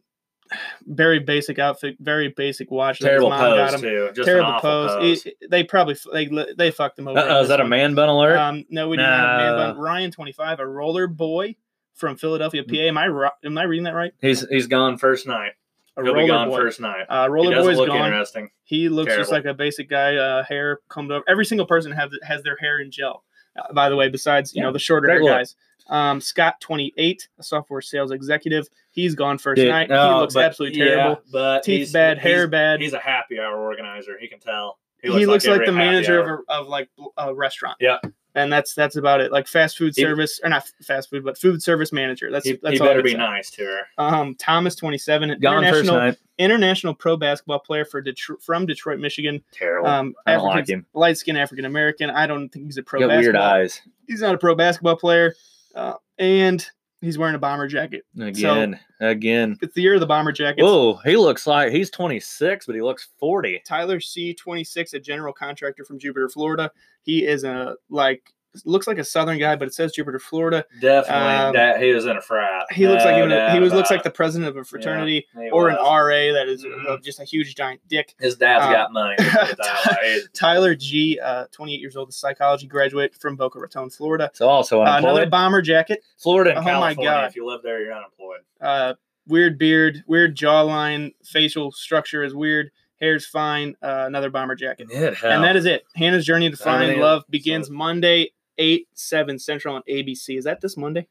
S2: very basic outfit, very basic watch. that his
S1: Terrible
S2: mom got
S1: pose
S2: him.
S1: too. Just an
S2: Terrible
S1: awful
S2: pose.
S1: pose.
S2: It- it- they probably f- they li- they fucked him over.
S1: Uh-oh,
S2: in
S1: is
S2: this
S1: that a
S2: one.
S1: man bun alert?
S2: Um, no, we do not have a man
S1: Nah.
S2: bun. Ryan twenty five, a roller boy from Philadelphia, PA. Am I ro- am I reading that right?
S1: he's he's gone first night.
S2: A
S1: He'll be
S2: roller
S1: gone
S2: boy.
S1: first night.
S2: Uh,
S1: He
S2: roller
S1: doesn't
S2: boy's
S1: look
S2: gone.
S1: interesting.
S2: He looks just like
S1: Terrible.
S2: a basic guy. Uh, hair combed over. Every single person have has their hair in gel. Uh, by the way, besides you
S1: Yeah,
S2: know the shorter
S1: great
S2: hair
S1: look.
S2: guys. Um, Scott twenty eight, a software sales executive. He's gone first
S1: Dude,
S2: night.
S1: no,
S2: he looks
S1: but-
S2: absolutely
S1: yeah,
S2: terrible.
S1: but
S2: Teeth
S1: he's-
S2: bad, hair
S1: he's-
S2: bad.
S1: He's a happy hour organizer. He can tell.
S2: he looks like,
S1: every
S2: the
S1: happy
S2: manager
S1: hour.
S2: of a of like a restaurant.
S1: Yeah.
S2: and that's that's about it. Like fast food
S1: He-
S2: service, or not fast food, but food service manager. That's
S1: He,
S2: that's
S1: he
S2: all I
S1: better
S2: could
S1: be
S2: say.
S1: nice to her.
S2: Um, Thomas twenty seven,
S1: Gone first
S2: international uh,
S1: night.
S2: international pro basketball player for Detroit from Detroit, Michigan.
S1: Terrible.
S2: Um,
S1: I don't like him.
S2: light skinned African American. I don't think he's a pro.
S1: He's got
S2: basketball.
S1: weird eyes.
S2: He's not a pro basketball player, uh, and he's wearing a bomber jacket.
S1: Again. again.
S2: It's the year of the bomber jacket.
S1: Whoa, he looks like he's 26, but he looks 40.
S2: Tyler C, 26, a general contractor from Jupiter, Florida. He is a like looks like a southern guy, but it says Jupiter, Florida.
S1: Definitely,
S2: Um,
S1: that he was in a frat.
S2: He looks like
S1: No
S2: even a, he
S1: doubt
S2: was looks
S1: about
S2: like the president of a
S1: it. Yeah,
S2: fraternity
S1: he
S2: or an
S1: was.
S2: RA that is, uh,
S1: Mhm.
S2: just a huge giant dick.
S1: His dad's
S2: Uh,
S1: got money. let's put it that way.
S2: Tyler G, uh, 28 years old, a psychology graduate from Boca Raton, Florida.
S1: So also
S2: Uh, another
S1: unemployed.
S2: bomber jacket,
S1: Florida and
S2: oh my
S1: California.
S2: God.
S1: If you live there, you're unemployed.
S2: uh, weird beard, weird jawline, facial structure is weird, hair's fine. Uh, another bomber jacket, and that is it. Hannah's journey to find
S1: Everything
S2: love
S1: is-
S2: begins
S1: so-
S2: Monday, eight seven Central on ABC. Is that this Monday?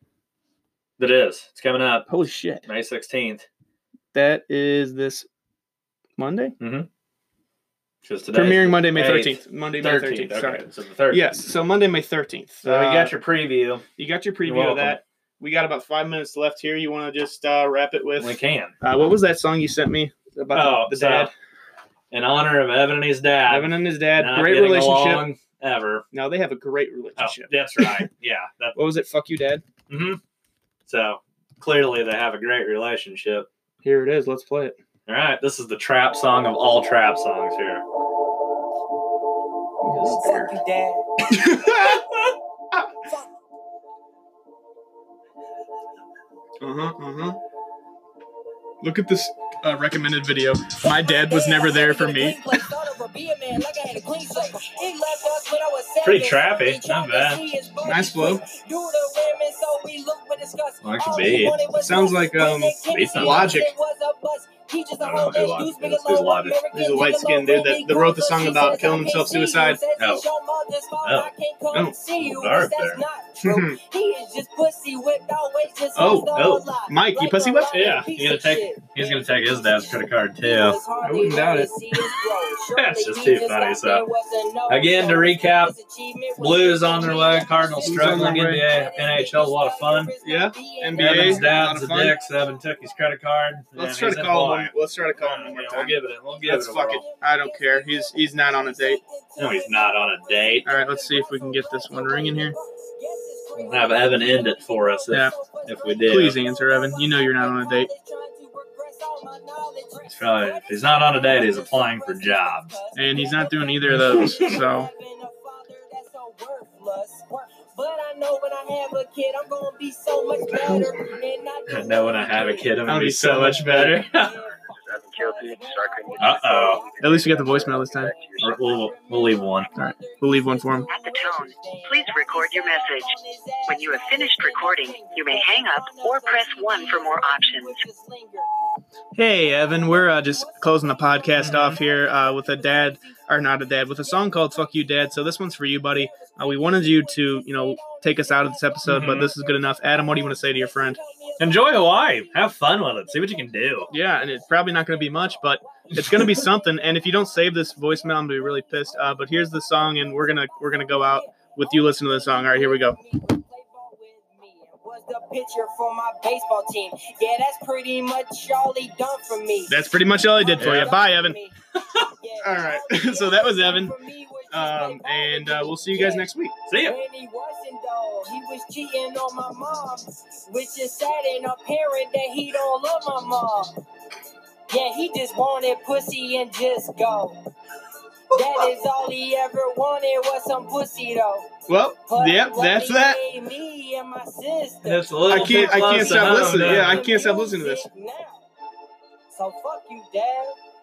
S1: That is. It's coming up
S2: Holy shit!
S1: May 16th.
S2: That is this Monday.
S1: Just today.
S2: Premiering Monday, May
S1: Eighth.
S2: 13th. Monday, May
S1: 13th.
S2: 13th.
S1: okay.
S2: Sorry.
S1: So the 13th.
S2: Yes. So Monday, May 13th.
S1: So we
S2: Uh,
S1: got your preview.
S2: you got your
S1: You're
S2: preview
S1: welcome.
S2: of that. We got about five minutes left here. You want to just uh, wrap it with?
S1: We can.
S2: Uh, what was that song you sent me about
S1: Oh,
S2: the, the
S1: so,
S2: dad?
S1: In honor of Evan and his dad.
S2: Evan and his dad.
S1: not
S2: Great
S1: getting
S2: relationship.
S1: along ever.
S2: No, they have a great
S1: Oh,
S2: relationship.
S1: that's right. Yeah. That,
S2: What was it? Fuck you, dad.
S1: hmm So clearly they have a great relationship.
S2: Here it is. Let's play it.
S1: All right. This is the trap song of all trap songs here.
S4: Fuck you, dad.
S2: Uh-huh, uh-huh. Look at this uh, recommended video. My dad was never there for me.
S1: Pretty trappy, not bad.
S2: Nice flow.
S1: Like the beat.
S2: Sounds like, um,
S1: Beat's not-
S2: Logic.
S4: I
S1: don't know who Logic is. Who's Logic?
S2: He's a light-skinned dude that- that wrote the song about killing himself, suicide.
S1: Oh.
S4: Oh.
S1: Oh. Dark there.
S4: oh,
S1: Oh.
S4: oh.
S2: Mike, you pussy whip?
S1: Yeah, you gotta take- He's gonna take his dad's credit card too.
S4: I
S2: wouldn't doubt it.
S1: That's just too funny, so. Again, to recap, Blues on their way, Cardinals
S2: Blues on
S1: struggling,
S2: their
S1: NBA, NHL's a lot of fun.
S2: Yeah,
S1: Evan's
S2: NBA. a lot
S1: dad's a
S2: of fun.
S1: dick, so Evan took his credit card.
S2: Let's
S1: and
S2: try
S1: he's
S2: to
S1: in
S2: call
S1: Hawaii.
S2: him. Let's try to call him one more
S1: Yeah,
S2: time.
S1: We'll give it. We'll give
S2: Let's
S1: it. a
S2: fuck it.
S1: whirl.
S2: I don't care. He's he's not on a date.
S1: No, he's not on a date.
S2: All right, let's see if we can get this one ringing here.
S1: We'll have Evan end it for us if,
S2: Yeah.
S1: if we do.
S2: Please answer, Evan. You know you're not on a date.
S1: He's probably, if he's not on a date, he's applying for jobs.
S2: And he's not doing either of those. So
S1: I know when I have a kid, I'm gonna
S2: That'd
S1: be
S2: be
S1: so
S2: so
S1: much better. uh oh.
S2: at least we got the voicemail this time.
S1: We'll, we'll leave one.
S2: All right, we'll leave one for him.
S5: At the tone, please record your message. When you have finished recording, you may hang up or press 1 for more options.
S2: Hey, Evan, we're uh, just closing the podcast
S1: Mm-hmm.
S2: off here uh, with a dad, or not a dad, with a song called "Fuck You, Dad." So this one's for you, buddy. Uh, we wanted you to, you know, take us out of this episode, but
S1: Mhm.
S2: this is good enough. Adam, what do you want to say to your friend?
S1: Enjoy Hawaii. Have fun with it. See what you can do.
S2: Yeah, and it's probably not going to be much, but it's going to be something. And if you don't save this voicemail, I'm going to be really pissed. Uh, but here's the song, and we're gonna we're gonna go out with you listening to the song. All right, here we go.
S4: Was the pitcher for my baseball team. Yeah, that's pretty much all he done for me.
S2: That's pretty much all I did for
S1: Yeah.
S2: you. Bye, Evan.
S4: all right. So that was Evan.
S2: Um, and uh, we'll see you guys next week.
S1: See ya.
S4: When he wasn't though, he was cheating on my mom, which is sad and apparent that he don't love my mom. Yeah, he just wanted pussy and just go. That is all he ever wanted was some pussy though.
S2: Well,
S4: But
S2: yep, that's that.
S4: luckily, Me and my sister.
S1: That's a little
S2: I can't-
S1: too
S2: I can't
S1: close to
S2: stop
S1: home,
S2: listening.
S1: though.
S2: Yeah, I can't stop listening to this.
S4: Now. So fuck you, dad.